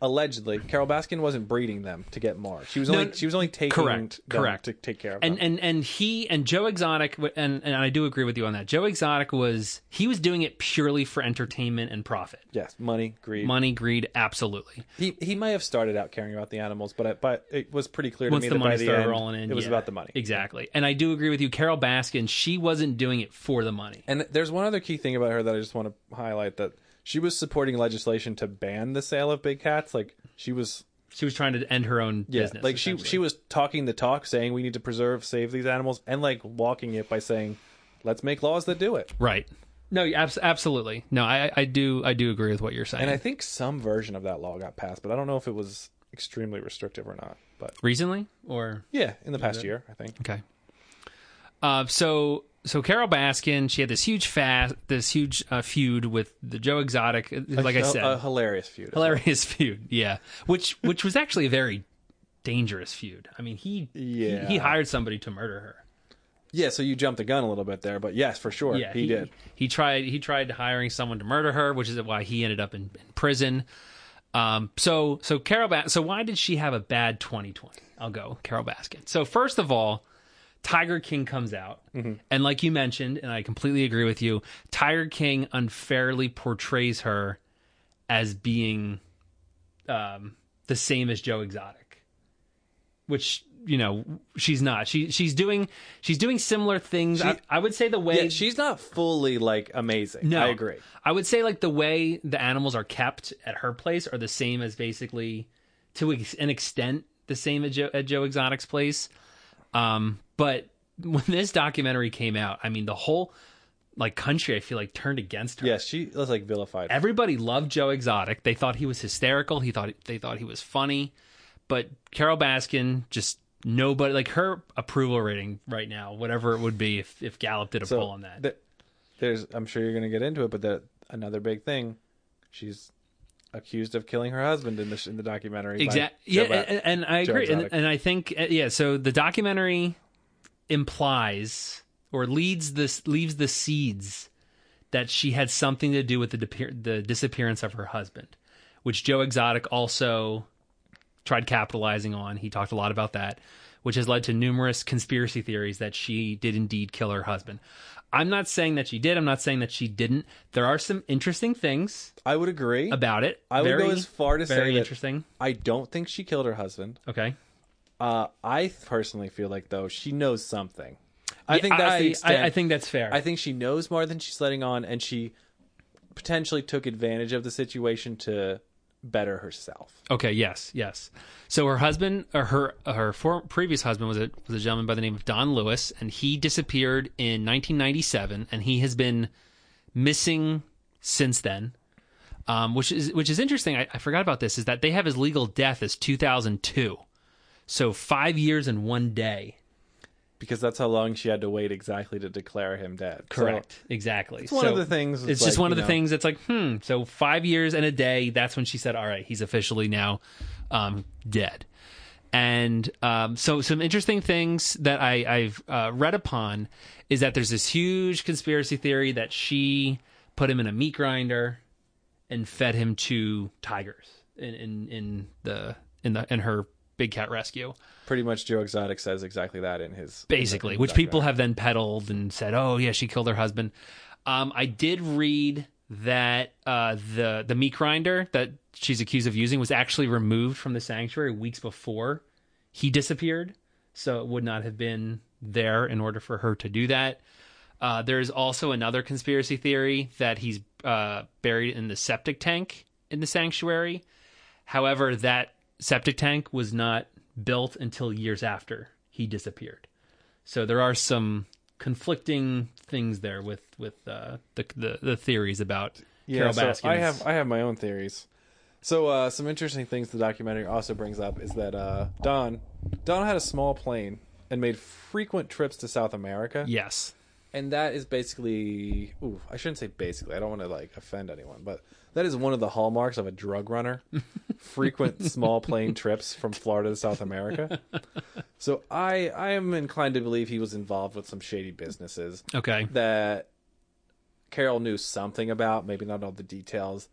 [SPEAKER 4] allegedly, Carol Baskin wasn't breeding them to get more. She was
[SPEAKER 3] No,
[SPEAKER 4] only she was only taking
[SPEAKER 3] correct,
[SPEAKER 4] them
[SPEAKER 3] correct.
[SPEAKER 4] to take care of
[SPEAKER 3] And
[SPEAKER 4] them.
[SPEAKER 3] and and he and Joe Exotic w- and and I do agree with you on that. Joe Exotic was he was doing it purely for entertainment and profit.
[SPEAKER 4] Yes, money, greed.
[SPEAKER 3] Money, greed, absolutely.
[SPEAKER 4] He he may have started out caring about the animals, but I, but it was pretty clear
[SPEAKER 3] Once
[SPEAKER 4] to me
[SPEAKER 3] the
[SPEAKER 4] that by
[SPEAKER 3] money
[SPEAKER 4] the
[SPEAKER 3] started
[SPEAKER 4] end,
[SPEAKER 3] rolling in,
[SPEAKER 4] it was
[SPEAKER 3] yeah.
[SPEAKER 4] about the money.
[SPEAKER 3] Exactly. And I do agree with you. Carol Baskin, she wasn't doing it for the money.
[SPEAKER 4] And there's one other key thing about her that I just want to highlight that she was supporting legislation to ban the sale of big cats. Like she was,
[SPEAKER 3] She was trying to end her own
[SPEAKER 4] yeah,
[SPEAKER 3] business.
[SPEAKER 4] like she
[SPEAKER 3] essentially.
[SPEAKER 4] she was talking the talk, saying we need to preserve, save these animals, and like walking it by saying, let's make laws that do it.
[SPEAKER 3] Right. No, you abs- absolutely. No, I, I do, I do agree with what you're saying.
[SPEAKER 4] And I think some version of that law got passed, but I don't know if it was extremely restrictive or not. But
[SPEAKER 3] recently, or
[SPEAKER 4] yeah, in the past year, I think.
[SPEAKER 3] okay. Uh, so so Carol Baskin, she had this huge fast, this huge uh, feud with the Joe Exotic. uh, Like I
[SPEAKER 4] A-
[SPEAKER 3] said,
[SPEAKER 4] a hilarious feud.
[SPEAKER 3] hilarious feud. Yeah, which which was actually a very dangerous feud. I mean, he he-
[SPEAKER 4] Yeah.
[SPEAKER 3] he, hired somebody to murder her.
[SPEAKER 4] Yeah, so you jumped the gun a little bit there, but yes, for sure,
[SPEAKER 3] Yeah,
[SPEAKER 4] he, did.
[SPEAKER 3] He tried he tried hiring someone to murder her, which is why he ended up in, in prison. Um, so so Carol Bas- so why did she have a bad 2020? I'll go Carol Baskin. So first of all, Tiger King comes out,
[SPEAKER 4] Mm-hmm.
[SPEAKER 3] and like you mentioned, and I completely agree with you, Tiger King unfairly portrays her as being um, the same as Joe Exotic, which you know she's not. She she's doing she's doing similar things. I, I would say the way
[SPEAKER 4] Yeah, she's not fully like amazing.
[SPEAKER 3] no,
[SPEAKER 4] I agree.
[SPEAKER 3] I would say like the way the animals are kept at her place are the same as basically to ex- an extent the same at Joe, at Joe Exotic's place. Um, but when this documentary came out, I mean the whole like country I feel like turned against her.
[SPEAKER 4] Yeah, she was like vilified.
[SPEAKER 3] Everybody loved Joe Exotic. They thought he was hysterical. He thought they thought he was funny. But Carol Baskin just nobody like her approval rating right now, whatever it would be if if Gallup did a
[SPEAKER 4] So
[SPEAKER 3] poll on that.
[SPEAKER 4] th- there's, I'm sure you're going to get into it, but that another big thing, she's accused of killing her husband in the sh- in the documentary. by
[SPEAKER 3] Exactly.
[SPEAKER 4] Joe
[SPEAKER 3] Yeah,
[SPEAKER 4] Bat-
[SPEAKER 3] and, and I
[SPEAKER 4] Joe
[SPEAKER 3] agree, and,
[SPEAKER 4] Exotic.
[SPEAKER 3] and I think uh, yeah. So the documentary implies or leads this leaves the seeds that she had something to do with the depe- the disappearance of her husband, which Joe Exotic also tried capitalizing on. He talked a lot about that. which has led to numerous conspiracy theories that she did indeed kill her husband. I'm not saying that she did. I'm not saying that she didn't. There are some interesting things
[SPEAKER 4] I would agree.
[SPEAKER 3] about it.
[SPEAKER 4] I would
[SPEAKER 3] Very-
[SPEAKER 4] go as far to say
[SPEAKER 3] very
[SPEAKER 4] that
[SPEAKER 3] interesting.
[SPEAKER 4] I don't think she killed her husband.
[SPEAKER 3] Okay.
[SPEAKER 4] Uh, I personally feel like though she knows something. I think
[SPEAKER 3] Yeah,
[SPEAKER 4] that's
[SPEAKER 3] I,
[SPEAKER 4] the extent.
[SPEAKER 3] I, I think that's fair.
[SPEAKER 4] I think she knows more than she's letting on, and she potentially took advantage of the situation to better herself.
[SPEAKER 3] Okay. Yes. Yes. So her husband, or her uh, her for, previous husband, was a was a gentleman by the name of Don Lewis, and he disappeared in 1997, and he has been missing since then. Um, which is which is interesting. I, I forgot about this. Is that they have his legal death as 2002, so five years and one day.
[SPEAKER 4] because that's how long she had to wait exactly to declare him dead. So,
[SPEAKER 3] exactly. It's
[SPEAKER 4] one of the things
[SPEAKER 3] It's,
[SPEAKER 4] that's
[SPEAKER 3] just
[SPEAKER 4] like,
[SPEAKER 3] one of
[SPEAKER 4] you
[SPEAKER 3] the
[SPEAKER 4] know-
[SPEAKER 3] things that's like, hmm. So five years and a day. That's when she said, "All right, he's officially now um, dead." And um, so, some interesting things that I, I've uh, read upon is that there's this huge conspiracy theory that she put him in a meat grinder and fed him to tigers in in, in the in the in her big cat rescue
[SPEAKER 4] pretty much Joe Exotic says exactly that in his
[SPEAKER 3] basically, which people have then peddled and said, "Oh yeah, she killed her husband." Um, I did read that uh, the the meat grinder that she's accused of using was actually removed from the sanctuary weeks before he disappeared, so it would not have been there in order for her to do that. Uh, there is also another conspiracy theory that he's uh, buried in the septic tank in the sanctuary. However, that septic tank was not built until years after he disappeared. So there are some conflicting things there with with uh, the, the the theories about
[SPEAKER 4] Yeah,
[SPEAKER 3] Carol
[SPEAKER 4] so
[SPEAKER 3] Baskin.
[SPEAKER 4] I have I have my own theories. So uh, some interesting things the documentary also brings up is that uh, Don Don had a small plane and made frequent trips to South America.
[SPEAKER 3] yes,
[SPEAKER 4] and that is basically ooh, I shouldn't say basically. I don't want to like offend anyone, but that is one of the hallmarks of a drug runner. frequent small plane trips from Florida to South America. So I I am inclined to believe he was involved with some shady businesses
[SPEAKER 3] okay,
[SPEAKER 4] that Carol knew something about, maybe not all the details,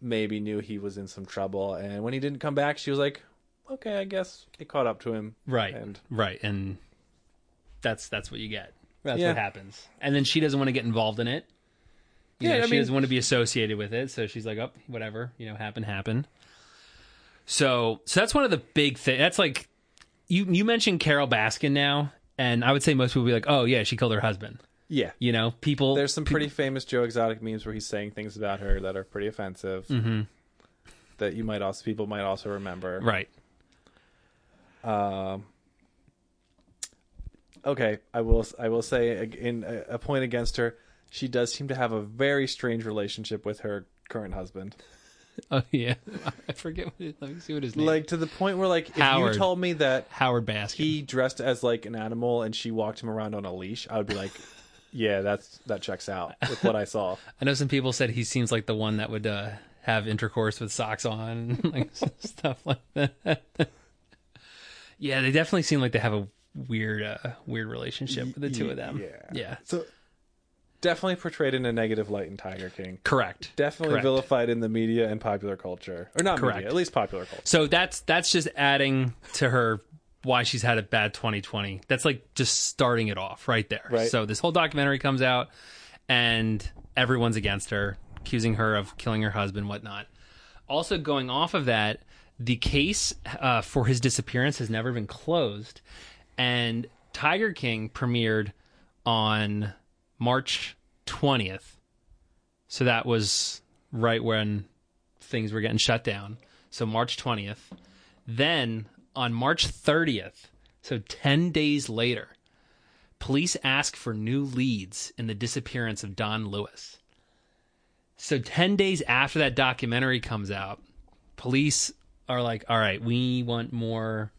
[SPEAKER 4] maybe knew he was in some trouble and when he didn't come back, she was like, "Okay, I guess it caught up to him."
[SPEAKER 3] right,
[SPEAKER 4] And
[SPEAKER 3] right, and that's that's what you get. That's
[SPEAKER 4] Yeah.
[SPEAKER 3] what happens. And then she doesn't want to get involved in it. You
[SPEAKER 4] Yeah,
[SPEAKER 3] know,
[SPEAKER 4] I
[SPEAKER 3] she
[SPEAKER 4] mean-
[SPEAKER 3] doesn't want to be associated with it, so she's like, "Up, whatever, you know, happen, happen." So, so that's one of the big things. That's like you you mentioned Carol Baskin now, and I would say most people would be like, "Oh yeah, she killed her husband."
[SPEAKER 4] yeah.
[SPEAKER 3] You know, people
[SPEAKER 4] There's some pretty famous Joe Exotic memes where he's saying things about her that are pretty offensive. That you might also people might also remember.
[SPEAKER 3] Mm-hmm. right.
[SPEAKER 4] Okay, I will I will say ag- in a, a point against her, she does seem to have a very strange relationship with her current husband.
[SPEAKER 3] Oh yeah, I forget. What it, let me see what his name.
[SPEAKER 4] Like to the point where like if
[SPEAKER 3] Howard.
[SPEAKER 4] you told me that
[SPEAKER 3] Howard Baskin.
[SPEAKER 4] he dressed as like an animal and she walked him around on a leash, I would be like, yeah, that's that checks out with what I saw.
[SPEAKER 3] I know some people said he seems like the one that would uh, have intercourse with socks on, like stuff like that. yeah, they definitely seem like they have a weird, uh, weird relationship with the two of them.
[SPEAKER 4] yeah.
[SPEAKER 3] yeah,
[SPEAKER 4] So definitely portrayed in a negative light in Tiger King.
[SPEAKER 3] correct.
[SPEAKER 4] definitely
[SPEAKER 3] Correct.
[SPEAKER 4] vilified in the media and popular culture, or not
[SPEAKER 3] Correct.
[SPEAKER 4] media, at least popular culture.
[SPEAKER 3] So that's that's just adding to her why she's had a bad 2020. That's like just starting it off right there.
[SPEAKER 4] Right.
[SPEAKER 3] So this whole documentary comes out and everyone's against her, accusing her of killing her husband, whatnot. Also going off of that, the case uh, for his disappearance has never been closed, and Tiger King premiered on March 20th. So that was right when things were getting shut down. So March 20th. Then on March 30th, so 10 days later, police ask for new leads in the disappearance of Don Lewis. So 10 days after that documentary comes out, police are like, all right, we want more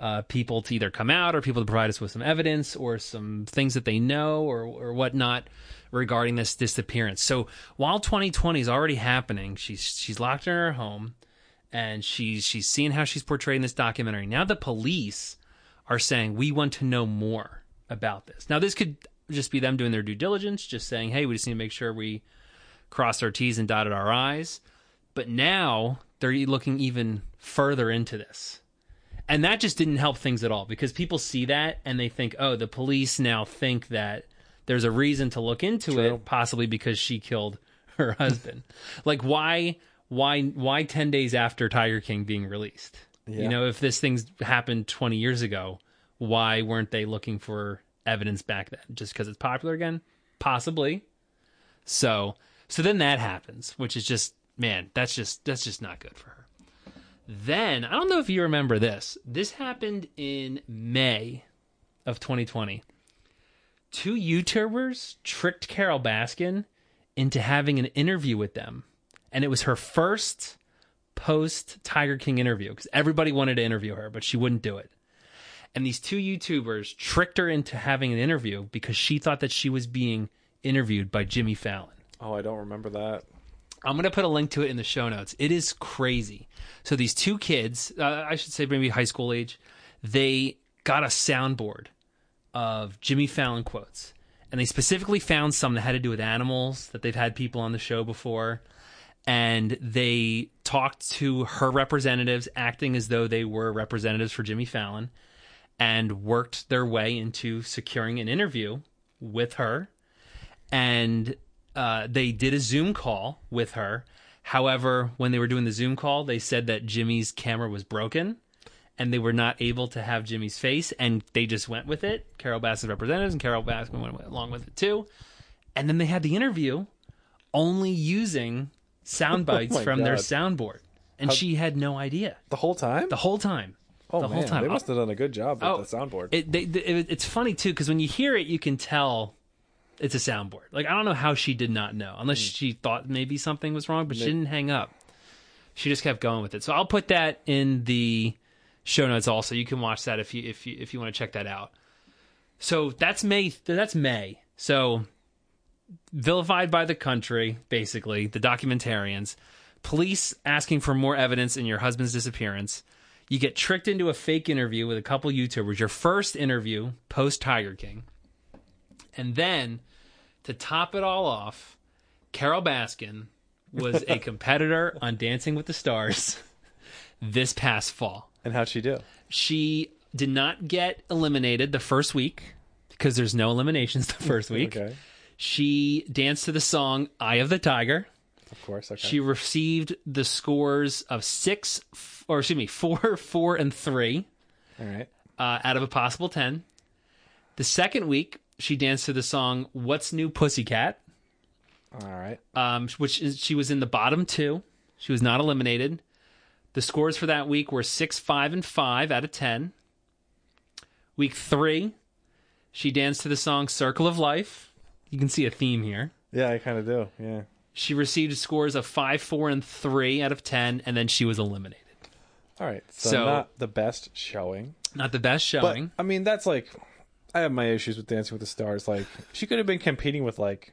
[SPEAKER 3] uh, people to either come out or people to provide us with some evidence or some things that they know or, or whatnot regarding this disappearance. So while 2020 is already happening, she's she's locked in her home and she's she's seeing how she's portrayed in this documentary. Now the police are saying we want to know more about this. Now this could just be them doing their due diligence, just saying, hey, we just need to make sure we crossed our T's and dotted our I's. But now they're looking even further into this and that just didn't help things at all because people see that and they think, oh, the police now think that there's a reason to look into it, possibly because she killed her husband. like, why, why, why ten days after Tiger King being released? You know, if this thing's happened twenty years ago, why weren't they looking for evidence back then? Just because it's popular again, possibly. So, so then that happens, which is just man, that's just that's just not good for her. Then, I don't know if you remember this. This happened in May of 2020. Two YouTubers tricked Carol Baskin into having an interview with them. And it was her first post Tiger King interview because everybody wanted to interview her, but she wouldn't do it. And these two YouTubers tricked her into having an interview because she thought that she was being interviewed by Jimmy Fallon.
[SPEAKER 4] Oh, I don't remember that.
[SPEAKER 3] I'm going to put a link to it in the show notes. It is crazy. So these two kids, uh, I should say maybe high school age, they got a soundboard of Jimmy Fallon quotes. And they specifically found some that had to do with animals that they've had people on the show before. And they talked to her representatives, acting as though they were representatives for Jimmy Fallon, and worked their way into securing an interview with her and uh, they did a Zoom call with her. However, when they were doing the Zoom call, they said that Jimmy's camera was broken and they were not able to have Jimmy's face, and they just went with it. Carol Baskin's representatives and Carol Baskin went along with it too. And then they had the interview only using sound bites
[SPEAKER 4] Oh my
[SPEAKER 3] from their
[SPEAKER 4] God.
[SPEAKER 3] soundboard. And she had no idea
[SPEAKER 4] The whole time?
[SPEAKER 3] the whole time.
[SPEAKER 4] oh,
[SPEAKER 3] the whole
[SPEAKER 4] man,
[SPEAKER 3] time.
[SPEAKER 4] They must have done a good job with
[SPEAKER 3] Oh,
[SPEAKER 4] the soundboard.
[SPEAKER 3] It, they, they- it- it's funny too because when you hear it, you can tell it's a soundboard. Like I don't know how she did not know, unless
[SPEAKER 4] Hmm.
[SPEAKER 3] she thought maybe something was wrong, but she didn't hang up. She just kept going with it. So I'll put that in the show notes. Also, you can watch that if you if you if you want to check that out. So that's May. That's May. So vilified by the country, basically the documentarians, police asking for more evidence in your husband's disappearance. You get tricked into a fake interview with a couple YouTubers, your first interview post Tiger King. And then to top it all off, Carol Baskin was a competitor on Dancing with the Stars this past fall.
[SPEAKER 4] and how'd she do?
[SPEAKER 3] She did not get eliminated the first week because there's no eliminations the first week.
[SPEAKER 4] Okay.
[SPEAKER 3] She danced to the song Eye of the Tiger.
[SPEAKER 4] Of course. Okay.
[SPEAKER 3] She received the scores of six, f- or excuse me, four, four, and three
[SPEAKER 4] All right.
[SPEAKER 3] uh, out of a possible 10. The second week, she danced to the song What's New Pussycat,
[SPEAKER 4] All right.
[SPEAKER 3] um, which is, she was in the bottom two. She was not eliminated. The scores for that week were 6, 5, and 5 out of 10. Week three, she danced to the song Circle of Life. You can see a theme here.
[SPEAKER 4] Yeah, I kind of do. Yeah.
[SPEAKER 3] She received scores of 5, 4, and 3 out of 10, and then she was eliminated.
[SPEAKER 4] All right. So,
[SPEAKER 3] So-
[SPEAKER 4] not the best showing.
[SPEAKER 3] Not the best
[SPEAKER 4] But
[SPEAKER 3] showing.
[SPEAKER 4] I mean, that's like I have my issues with Dancing with the Stars. Like she could have been competing with like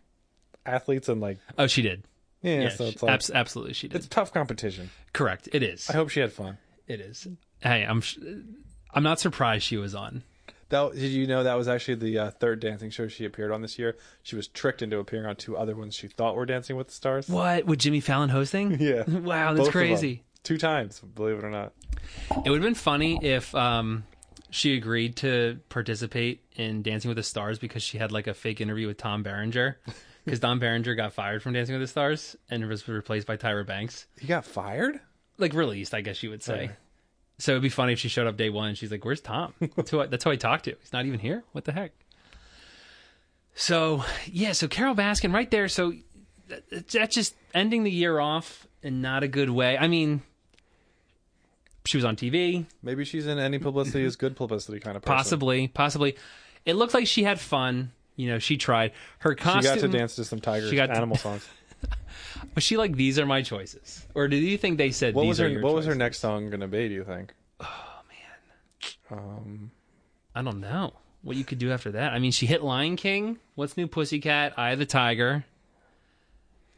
[SPEAKER 4] athletes and like
[SPEAKER 3] oh, she did.
[SPEAKER 4] yeah.
[SPEAKER 3] Yeah,
[SPEAKER 4] so
[SPEAKER 3] she-
[SPEAKER 4] it's like
[SPEAKER 3] abs- absolutely, she did.
[SPEAKER 4] it's tough competition.
[SPEAKER 3] Correct. It is.
[SPEAKER 4] I hope she had fun.
[SPEAKER 3] It is. Hey, I'm sh- I'm not surprised she was on.
[SPEAKER 4] That did you know that was actually the uh, third dancing show she appeared on this year. She was tricked into appearing on two other ones she thought were Dancing with the Stars.
[SPEAKER 3] What with Jimmy Fallon hosting?
[SPEAKER 4] Yeah.
[SPEAKER 3] Wow,
[SPEAKER 4] Both
[SPEAKER 3] that's
[SPEAKER 4] of them.
[SPEAKER 3] crazy.
[SPEAKER 4] Two times, believe it or not.
[SPEAKER 3] It would have been funny if um she agreed to participate in Dancing with the Stars because she had like a fake interview with Tom Berenger because Tom Berenger got fired from Dancing with the Stars and was replaced by Tyra Banks.
[SPEAKER 4] He got fired.
[SPEAKER 3] Like released, I guess you would say.
[SPEAKER 4] Right.
[SPEAKER 3] So it'd be funny if she showed up day one. and She's like, "Where's Tom? That's who I, that's who I talked to. He's not even here. What the heck?" So yeah, so Carol Baskin right there. So that- that's just ending the year off in not a good way. I mean, she was on TV,
[SPEAKER 4] Maybe she's in any publicity is good publicity kind of person.
[SPEAKER 3] possibly, possibly. It looked like she had fun. You know, she tried her
[SPEAKER 4] She
[SPEAKER 3] costume.
[SPEAKER 4] got to dance to some tiger
[SPEAKER 3] She got to-
[SPEAKER 4] animal songs.
[SPEAKER 3] Was she like, "These are my choices," or do you think they said,
[SPEAKER 4] What
[SPEAKER 3] "These
[SPEAKER 4] was
[SPEAKER 3] are
[SPEAKER 4] her
[SPEAKER 3] your
[SPEAKER 4] What was her
[SPEAKER 3] choices?
[SPEAKER 4] next song gonna be? Do you think?
[SPEAKER 3] I don't know what you could do after that. I mean, she hit Lion King. What's new, Pussycat? Eye of the Tiger.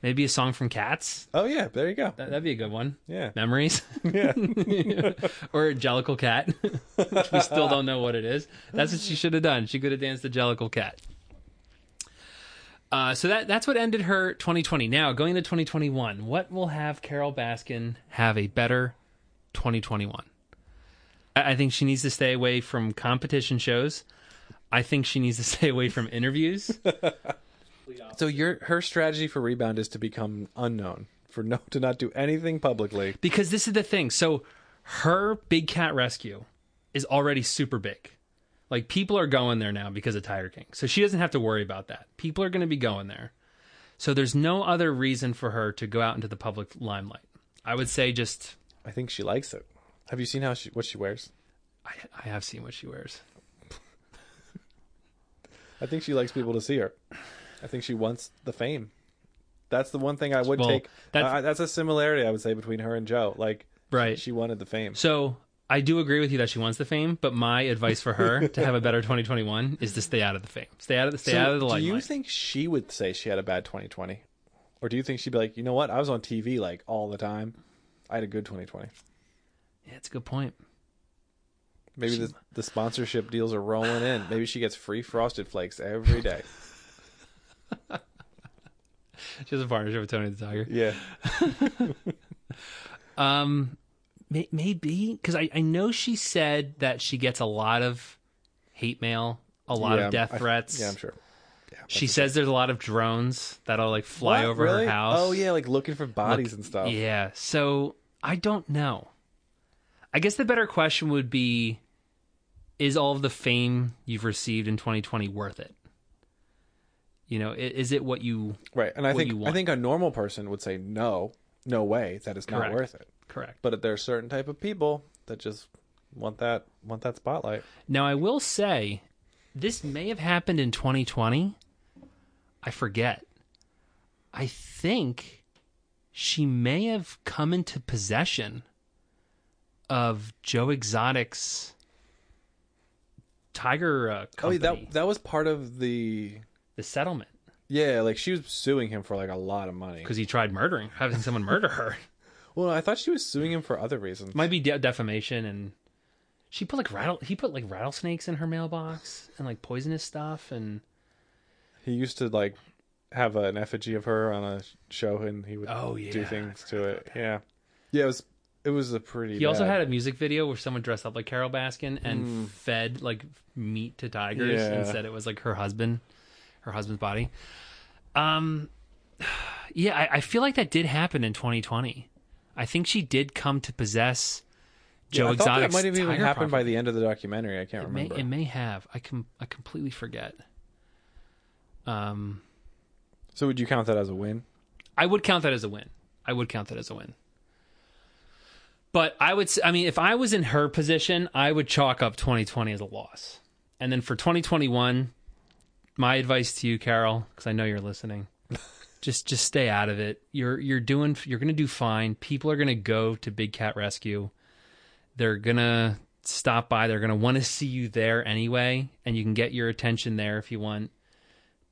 [SPEAKER 3] Maybe a song from Cats.
[SPEAKER 4] Oh yeah, there you go.
[SPEAKER 3] That- That'd be a good one.
[SPEAKER 4] Yeah.
[SPEAKER 3] Memories.
[SPEAKER 4] Yeah.
[SPEAKER 3] or Jellicle Cat. we still don't know what it is. That's what she should have done. She could have danced the Jellicle Cat. Uh, so that that's what ended her 2020. Now going to 2021, what will have Carol Baskin have a better 2021? I I think she needs to stay away from competition shows. I think she needs to stay away from interviews.
[SPEAKER 4] So your her strategy for rebound is to become unknown, for no to not do anything publicly.
[SPEAKER 3] because this is the thing. So her Big Cat Rescue is already super big. Like people are going there now because of Tiger King. So she doesn't have to worry about that. People are going to be going there. So there's no other reason for her to go out into the public limelight. I would say just
[SPEAKER 4] I think she likes it. Have you seen how she what she wears?
[SPEAKER 3] I, I have seen what she wears.
[SPEAKER 4] I think she likes people to see her. I think she wants the fame. That's the one thing I would
[SPEAKER 3] Well,
[SPEAKER 4] take. That's,
[SPEAKER 3] that's-
[SPEAKER 4] uh, that's a similarity I would say between her and Joe. Like,
[SPEAKER 3] Right.
[SPEAKER 4] She wanted the fame.
[SPEAKER 3] So I do agree with you that she wants the fame, but my advice for her to have a better 2021 is to stay out of the fame. Stay out of the stay
[SPEAKER 4] So
[SPEAKER 3] out of the
[SPEAKER 4] do you
[SPEAKER 3] limelight.
[SPEAKER 4] think she would say she had a bad 2020, or do you think she'd be like, you know what? I was on TV like all the time. I had a good 2020.
[SPEAKER 3] yeah, it's a good point.
[SPEAKER 4] Maybe the, the sponsorship deals are rolling in. Maybe she gets free frosted flakes every day.
[SPEAKER 3] She has a partnership with Tony the Tiger.
[SPEAKER 4] Yeah.
[SPEAKER 3] Um, May- Maybe because I, I know she said that she gets a lot of hate mail, a lot
[SPEAKER 4] Yeah,
[SPEAKER 3] of death
[SPEAKER 4] I-
[SPEAKER 3] threats.
[SPEAKER 4] Yeah, I'm sure.
[SPEAKER 3] She says there's a lot of drones that'll like fly
[SPEAKER 4] What?
[SPEAKER 3] over
[SPEAKER 4] Really?
[SPEAKER 3] her house.
[SPEAKER 4] Oh yeah, like looking for bodies and stuff.
[SPEAKER 3] Yeah. So I don't know. I guess the better question would be is all of the fame you've received in 2020 worth it? You know, i- is it what you
[SPEAKER 4] Right. And I
[SPEAKER 3] What you
[SPEAKER 4] think I
[SPEAKER 3] want.
[SPEAKER 4] think a normal person would say no, no way, that is not
[SPEAKER 3] Correct.
[SPEAKER 4] worth it.
[SPEAKER 3] correct?
[SPEAKER 4] But there are certain type of people that just want that want that spotlight.
[SPEAKER 3] Now, I will say this may have happened in 2020. I forget. I think she may have come into possession of Joe Exotic's tiger uh,
[SPEAKER 4] Oh,
[SPEAKER 3] company,
[SPEAKER 4] yeah, that that was part of the
[SPEAKER 3] the settlement,
[SPEAKER 4] yeah, like she was suing him for like a lot of money.
[SPEAKER 3] because he tried murdering, having someone murder her.
[SPEAKER 4] Well, I thought she was suing him for other reasons.
[SPEAKER 3] Might be de- defamation, and she put like rattle. He put like rattlesnakes in her mailbox and like poisonous stuff, and
[SPEAKER 4] he used to like have an effigy of her on a show, and he would
[SPEAKER 3] Oh,
[SPEAKER 4] do
[SPEAKER 3] yeah, I
[SPEAKER 4] things to it. Yeah, yeah, it was it was a pretty.
[SPEAKER 3] He also
[SPEAKER 4] bad- Hmm.
[SPEAKER 3] had a music video where someone dressed up like Carol Baskin and fed like meat to tigers and
[SPEAKER 4] Yeah.
[SPEAKER 3] said it was like her husband, her husband's body. Um, yeah, I, I feel like that did happen in 2020. I think she did come to possess Joe
[SPEAKER 4] I thought
[SPEAKER 3] Exotic.
[SPEAKER 4] that might have even happened by the end of the documentary. I can't
[SPEAKER 3] It may,
[SPEAKER 4] remember.
[SPEAKER 3] it may have. I com- I completely forget. Um,
[SPEAKER 4] So would you count that as a win?
[SPEAKER 3] I would count that as a win. I would count that as a win. But I would, s- I mean, if I was in her position, I would chalk up 2020 as a loss. And then for 2021, my advice to you, Carol, because I know you're listening, just just stay out of it. You're you're doing you're gonna do fine. People are gonna go to Big Cat Rescue. They're gonna stop by. They're gonna want to see you there anyway, and you can get your attention there if you want.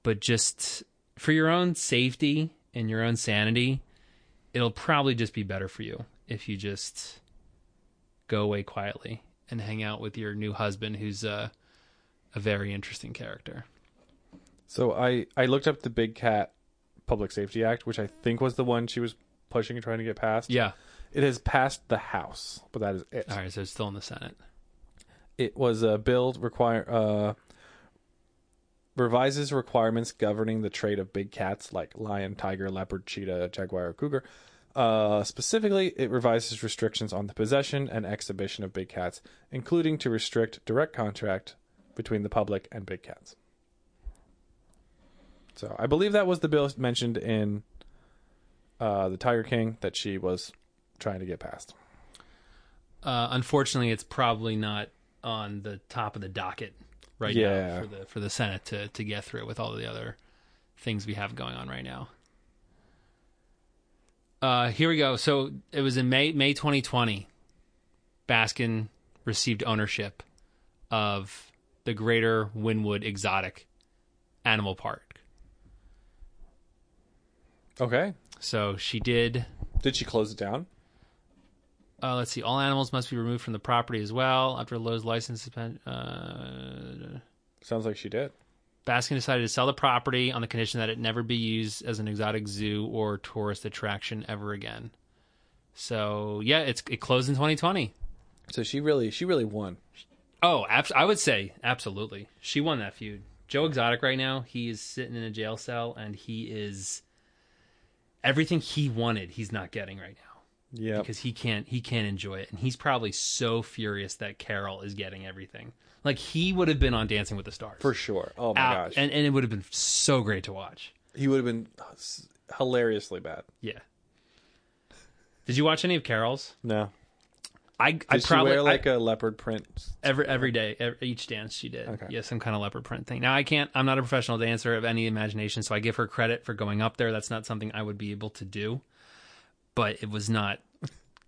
[SPEAKER 3] But just for your own safety and your own sanity, it'll probably just be better for you if you just go away quietly and hang out with your new husband, who's a, a very interesting character.
[SPEAKER 4] So I I looked up the Big Cat Public Safety Act, which I think was the one she was pushing and trying to get passed.
[SPEAKER 3] Yeah.
[SPEAKER 4] It has passed the House, but that is it.
[SPEAKER 3] All right. So it's still in the Senate.
[SPEAKER 4] It was a bill require uh revises requirements governing the trade of big cats like lion, tiger, leopard, cheetah, jaguar, or cougar. Uh, specifically, it revises restrictions on the possession and exhibition of big cats, including to restrict direct contract between the public and big cats. So I believe that was the bill mentioned in uh, the Tiger King that she was trying to get passed.
[SPEAKER 3] Uh, unfortunately, it's probably not on the top of the docket right
[SPEAKER 4] Yeah.
[SPEAKER 3] now for the for the Senate to to get through with all the other things we have going on right now. Uh, here we go. So it was in May May 2020. Baskin received ownership of the Greater Winwood Exotic Animal Park.
[SPEAKER 4] Okay,
[SPEAKER 3] So she did
[SPEAKER 4] did she close it down?
[SPEAKER 3] Uh, let's see. All animals must be removed from the property as well after Lowe's license suspension. Uh,
[SPEAKER 4] Sounds like she did.
[SPEAKER 3] Baskin decided to sell the property on the condition that it never be used as an exotic zoo or tourist attraction ever again. So yeah, it's it closed in 2020.
[SPEAKER 4] So she really, she really won.
[SPEAKER 3] Oh, abs- I would say absolutely. She won that feud. Joe Exotic right now, he is sitting in a jail cell and he is everything he wanted, he's not getting right now
[SPEAKER 4] Yeah,
[SPEAKER 3] because he can't he can't enjoy it and he's probably so furious that Carol is getting everything. Like he would have been on Dancing with the Stars.
[SPEAKER 4] for sure. Oh my
[SPEAKER 3] Out-
[SPEAKER 4] gosh,
[SPEAKER 3] And and it would have been so great to watch.
[SPEAKER 4] he would have been s- hilariously bad.
[SPEAKER 3] Yeah. Did you watch any of Carol's?
[SPEAKER 4] No,
[SPEAKER 3] I I
[SPEAKER 4] did she
[SPEAKER 3] probably
[SPEAKER 4] wear
[SPEAKER 3] I-
[SPEAKER 4] like a leopard print?
[SPEAKER 3] every every day ev each dance she did yeah some kind of leopard print thing now i can't i'm not a professional dancer of any imagination so i give her credit for going up there that's not something i would be able to do but it was not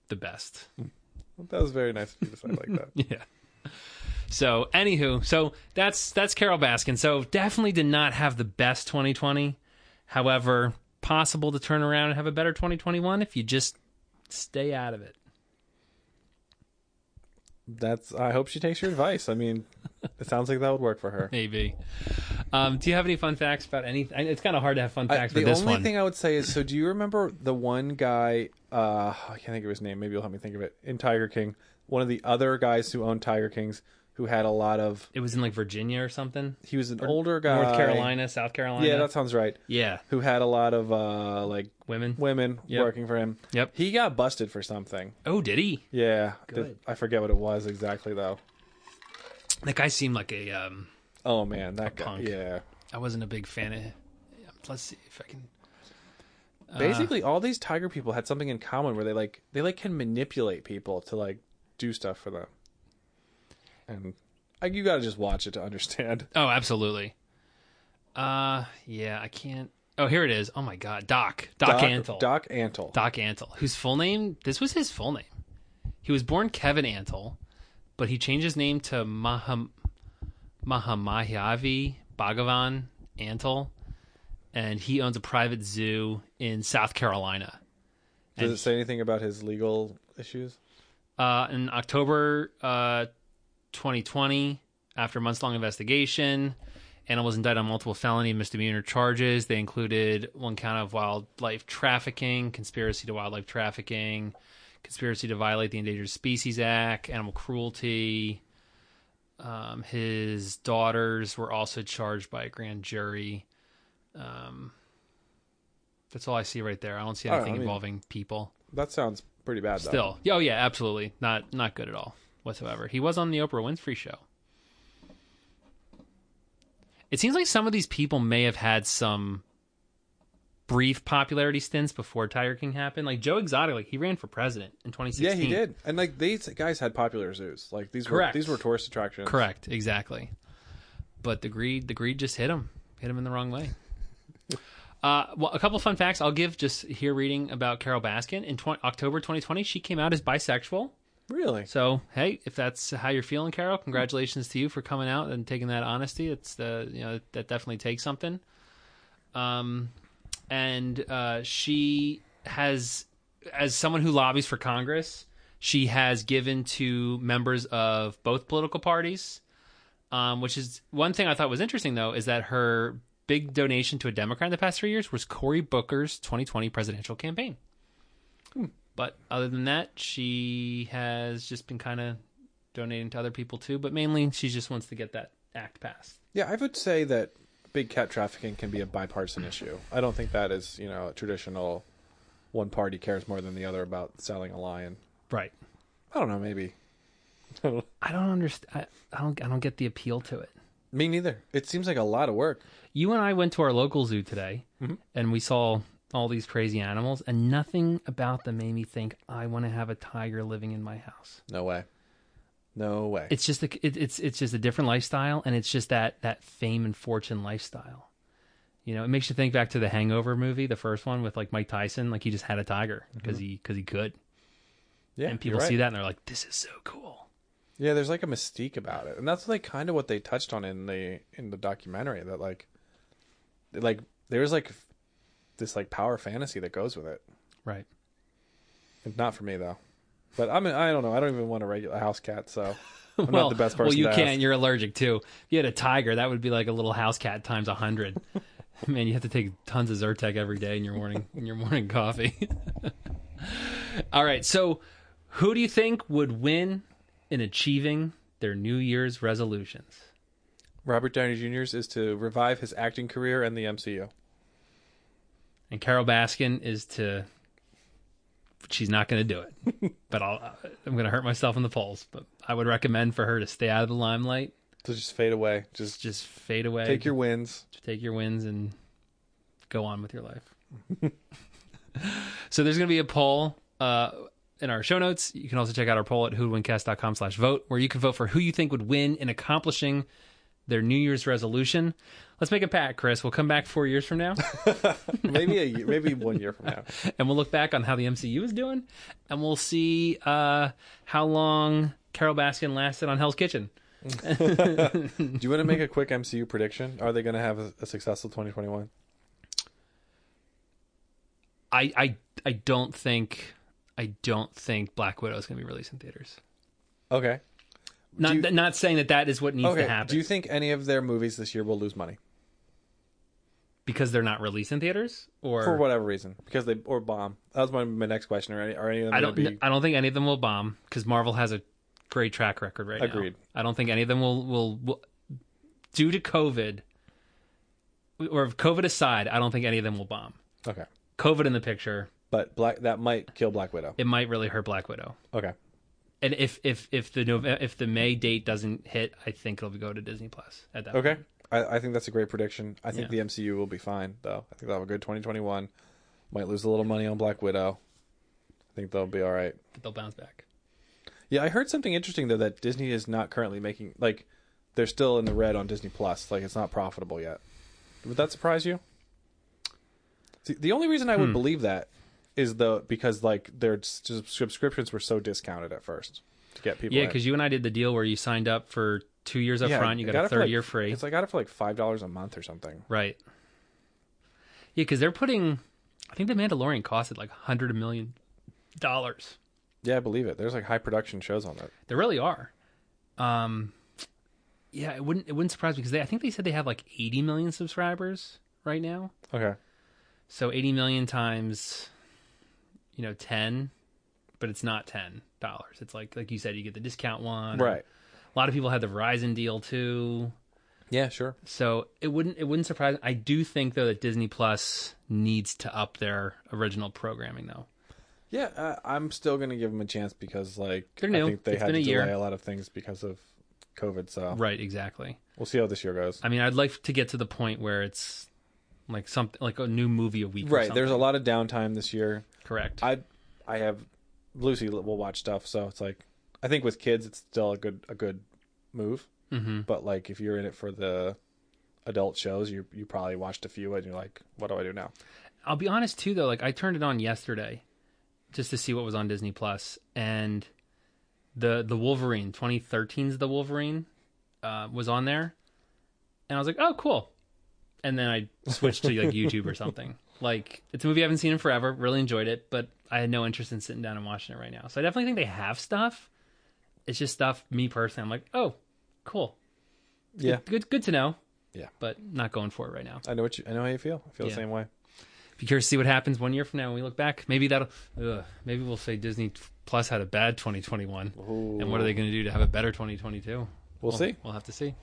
[SPEAKER 3] the best
[SPEAKER 4] That was very nice of you to say like that.
[SPEAKER 3] yeah so anywho so that's that's carol baskin so definitely did not have the best 2020 however possible to turn around and have a better 2021 if you just stay out of it
[SPEAKER 4] That's. I hope she takes your advice. I mean, it sounds like that would work for her.
[SPEAKER 3] maybe um, do you have any fun facts about any? I- It's kind of hard to have fun
[SPEAKER 4] I-
[SPEAKER 3] facts
[SPEAKER 4] the
[SPEAKER 3] with this
[SPEAKER 4] only
[SPEAKER 3] one.
[SPEAKER 4] thing I would say is, so do you remember the one guy? Uh, I can't think of his name. Maybe you'll help me think of it. In Tiger King, one of the other guys who owned Tiger Kings, who had a lot of.
[SPEAKER 3] it was in like Virginia or something.
[SPEAKER 4] He was an older guy,
[SPEAKER 3] North Carolina, South Carolina.
[SPEAKER 4] Yeah, that sounds right.
[SPEAKER 3] yeah.
[SPEAKER 4] Who had a lot of uh, like
[SPEAKER 3] Women.
[SPEAKER 4] women
[SPEAKER 3] Yep.
[SPEAKER 4] working for him.
[SPEAKER 3] Yep.
[SPEAKER 4] He got busted for something.
[SPEAKER 3] Oh, did he?
[SPEAKER 4] Yeah, Did- I forget what it was exactly though.
[SPEAKER 3] That guy seemed like a. Um,
[SPEAKER 4] Oh man, that guy.
[SPEAKER 3] punk.
[SPEAKER 4] Yeah.
[SPEAKER 3] I wasn't a big fan of. Let's see if I can. Uh.
[SPEAKER 4] Basically, all these tiger people had something in common where they like they like can manipulate people to like do stuff for them, and like you gotta just watch it to understand.
[SPEAKER 3] Oh, absolutely. Uh, yeah, I can't. Oh, here it is. Oh my God, Doc, Doc, Antle,
[SPEAKER 4] Doc Antle.
[SPEAKER 3] Doc Antle, whose full name. This was his full name. He was born Kevin Antle, but he changed his name to Maham Mahamayavi Bhagavan Antle, and he owns a private zoo in South Carolina.
[SPEAKER 4] Does it say anything about his legal issues?
[SPEAKER 3] uh, in October uh, 2020, after a months long investigation, Anna was indicted on multiple felony and misdemeanor charges. They included one count of wildlife trafficking, conspiracy to wildlife trafficking, conspiracy to violate the Endangered Species Act, animal cruelty. Um, his daughters were also charged by a grand jury. Um, that's all I see right there. I don't see
[SPEAKER 4] right,
[SPEAKER 3] anything
[SPEAKER 4] I mean-
[SPEAKER 3] involving people.
[SPEAKER 4] That sounds pretty bad. Though.
[SPEAKER 3] Still, oh yeah, absolutely, not not good at all whatsoever. He was on the Oprah Winfrey Show. It seems like some of these people may have had some brief popularity stints before Tiger King happened. Like Joe Exotic, like he ran for president in 2016.
[SPEAKER 4] yeah, he did. And like these guys had popular zoos. Like these
[SPEAKER 3] Hmm. Correct.
[SPEAKER 4] were these were tourist attractions.
[SPEAKER 3] Correct, exactly. But the greed, the greed just hit him, hit him in the wrong way. Uh, well, a couple fun facts I'll give just here reading about Carol Baskin. In 20, October 2020, she came out as bisexual.
[SPEAKER 4] Really?
[SPEAKER 3] So hey, if that's how you're feeling, Carol, congratulations to you for coming out and taking that honesty. It's the you know that definitely takes something. Um, and uh, she has, as someone who lobbies for Congress, she has given to members of both political parties. Um, which is one thing I thought was interesting though is that her big donation to a Democrat in the past three years was Cory Booker's 2020 presidential campaign. But other than that, she has just been kind of donating to other people too. But mainly, she just wants to get that act passed.
[SPEAKER 4] Yeah, I would say that big cat trafficking can be a bipartisan issue. I don't think that is, you know, a traditional one party cares more than the other about selling a lion.
[SPEAKER 3] Right.
[SPEAKER 4] I don't know, maybe.
[SPEAKER 3] I don't understand. I, I don't. I don't get the appeal to it.
[SPEAKER 4] Me neither. It seems like a lot of work.
[SPEAKER 3] You and I went to our local zoo today, and we saw all these crazy animals, and nothing about them made me think I want to have a tiger living in my house.
[SPEAKER 4] No way. No way.
[SPEAKER 3] It's just a, it, it's it's just a different lifestyle, and it's just that that fame and fortune lifestyle. You know, it makes you think back to the Hangover movie, the first one with like Mike Tyson, like he just had a tiger because he because he could,
[SPEAKER 4] yeah,
[SPEAKER 3] and people
[SPEAKER 4] Mm-hmm. you're right.
[SPEAKER 3] see that and they're like, "This is so cool."
[SPEAKER 4] Yeah, there's like a mystique about it. And that's like kind of what they touched on in the in the documentary that like like there's like this like power fantasy that goes with it.
[SPEAKER 3] Right.
[SPEAKER 4] Not for me though. But I mean I don't know. I don't even want a regular house cat, so I'm
[SPEAKER 3] well,
[SPEAKER 4] not the best person
[SPEAKER 3] well, you
[SPEAKER 4] to ask.
[SPEAKER 3] can. You're allergic too. If you had a tiger, that would be like a little house cat times a hundred. Man, you have to take tons of Zyrtec every day in your morning in your morning coffee. All right. So, who do you think would win in achieving their New Year's resolutions.
[SPEAKER 4] Robert Downey Jr.'s is to revive his acting career and the MCU.
[SPEAKER 3] And Carol Baskin is to. She's not going to do it, but I'll, I'm going to hurt myself in the polls. But I would recommend for her to stay out of the limelight,
[SPEAKER 4] To just fade away. Just
[SPEAKER 3] just fade away,
[SPEAKER 4] take your wins.
[SPEAKER 3] take your wins, and go on with your life. so there's going to be a poll uh, in our show notes. You can also check out our poll at whowincast.com slash vote, where you can vote for who you think would win in accomplishing their New Year's resolution. Let's make a pact, Chris. We'll come back four years from now.
[SPEAKER 4] Maybe a year, maybe one year from now.
[SPEAKER 3] and we'll look back on how the MCU is doing, and we'll see uh, how long Carol Baskin lasted on Hell's Kitchen.
[SPEAKER 4] Do you want to make a quick MCU prediction? Are they going to have a, a successful 2021?
[SPEAKER 3] I I I don't think I don't think Black Widow is going to be released in theaters.
[SPEAKER 4] Okay.
[SPEAKER 3] Not
[SPEAKER 4] you-
[SPEAKER 3] not saying that that is what needs to
[SPEAKER 4] Okay.
[SPEAKER 3] happen
[SPEAKER 4] Do you think any of their movies this year will lose money
[SPEAKER 3] because they're not released in theaters or
[SPEAKER 4] for whatever reason? Because they or bomb. That was my, my next question. Are any, are any of them
[SPEAKER 3] I
[SPEAKER 4] going
[SPEAKER 3] don't
[SPEAKER 4] to be
[SPEAKER 3] I don't think any of them will bomb because Marvel has a great track record right now.
[SPEAKER 4] Agreed.
[SPEAKER 3] I don't think any of them will will, will due to COVID or if COVID aside, I don't think any of them will bomb.
[SPEAKER 4] okay?
[SPEAKER 3] COVID in the picture,
[SPEAKER 4] But black that might kill Black Widow.
[SPEAKER 3] it might really hurt Black Widow.
[SPEAKER 4] Okay.
[SPEAKER 3] And if if if the Nov- if the May date doesn't hit, I think it'll go to Disney Plus at that.
[SPEAKER 4] Okay.
[SPEAKER 3] point.
[SPEAKER 4] I, I think that's a great prediction. I think
[SPEAKER 3] Yeah.
[SPEAKER 4] the MCU will be fine though. I think they'll have a good 2021. Might lose a little money on Black Widow. I think they'll be all right.
[SPEAKER 3] but they'll bounce back.
[SPEAKER 4] Yeah, I heard something interesting though that Disney is not currently making like they're still in the red on Disney Plus. Like it's not profitable yet. Would that surprise you? See, the only reason I
[SPEAKER 3] Hmm.
[SPEAKER 4] would believe that is the because like their s- subscriptions were so discounted at first to get people.
[SPEAKER 3] Yeah,
[SPEAKER 4] in.
[SPEAKER 3] because you and I did the deal where you signed up for two years up
[SPEAKER 4] Yeah,
[SPEAKER 3] front, you
[SPEAKER 4] I
[SPEAKER 3] got a
[SPEAKER 4] it for,
[SPEAKER 3] third
[SPEAKER 4] like-
[SPEAKER 3] year free,
[SPEAKER 4] It's like I got it for like five dollars a month or something.
[SPEAKER 3] right? Yeah, because they're putting. I think the Mandalorian costed like hundred million dollars.
[SPEAKER 4] Yeah, I believe it. There's like high production shows on that.
[SPEAKER 3] They really are. Um, yeah, it wouldn't it wouldn't surprise me because they I think they said they have like eighty million subscribers right now.
[SPEAKER 4] Okay.
[SPEAKER 3] So 80 million times, you know, 10, but it's not $10. It's like, like you said, you get the discount one.
[SPEAKER 4] Right.
[SPEAKER 3] A lot of people had the Verizon deal too.
[SPEAKER 4] Yeah, sure.
[SPEAKER 3] So it wouldn't, it wouldn't surprise. I do think though that Disney Plus needs to up their original programming though.
[SPEAKER 4] Yeah, uh, I'm still gonna give them a chance because like
[SPEAKER 3] They're new.
[SPEAKER 4] I think they
[SPEAKER 3] It's
[SPEAKER 4] had
[SPEAKER 3] been a
[SPEAKER 4] to
[SPEAKER 3] year.
[SPEAKER 4] delay a lot of things because of COVID. So
[SPEAKER 3] Right. Exactly.
[SPEAKER 4] we'll see how this year goes.
[SPEAKER 3] I mean, I'd like to get to the point where it's like something like a new movie a week. or
[SPEAKER 4] Right. There's a
[SPEAKER 3] something.
[SPEAKER 4] lot of downtime this year.
[SPEAKER 3] Correct.
[SPEAKER 4] I I have Lucy will watch stuff, so it's like I think with kids it's still a good a good move. Mm-hmm. But like if you're in it for the adult shows, you you probably watched a few and you're like, what do I do now?
[SPEAKER 3] I'll be honest too though, like I turned it on yesterday just to see what was on Disney Plus and the the Wolverine 2013's The Wolverine uh, was on there. And I was like, "Oh, cool." And then I switched to like YouTube or something. Like it's a movie I haven't seen in forever, really enjoyed it, but I had no interest in sitting down and watching it right now. So I definitely think they have stuff. It's just stuff me personally. I'm like, "Oh, cool.
[SPEAKER 4] Yeah.
[SPEAKER 3] Good good to know."
[SPEAKER 4] Yeah.
[SPEAKER 3] But not going for it right now.
[SPEAKER 4] I know what you I know how you feel. I feel
[SPEAKER 3] Yeah.
[SPEAKER 4] the same way.
[SPEAKER 3] be curious to see what happens one year from now when we look back. Maybe that'll ugh, maybe we'll say Disney Plus had a bad 2021, and what are they going to do to have a better 2022? We'll,
[SPEAKER 4] We'll, see.
[SPEAKER 3] We'll have to see.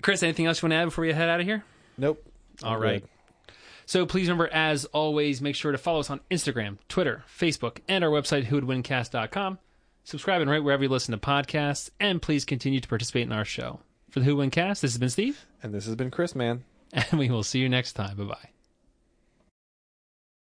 [SPEAKER 3] Chris, anything else you want to add before we head out of here?
[SPEAKER 4] Nope.
[SPEAKER 3] All right.
[SPEAKER 4] good.
[SPEAKER 3] So please remember, as always, make sure to follow us on Instagram, Twitter, Facebook, and our website, whowouldwincast.com. Subscribe and rate wherever you listen to podcasts, and please continue to participate in our show. For the Who Win Cast, this has been Steve,
[SPEAKER 4] And this has been Chris, man.
[SPEAKER 3] and we will see you next time. Bye bye.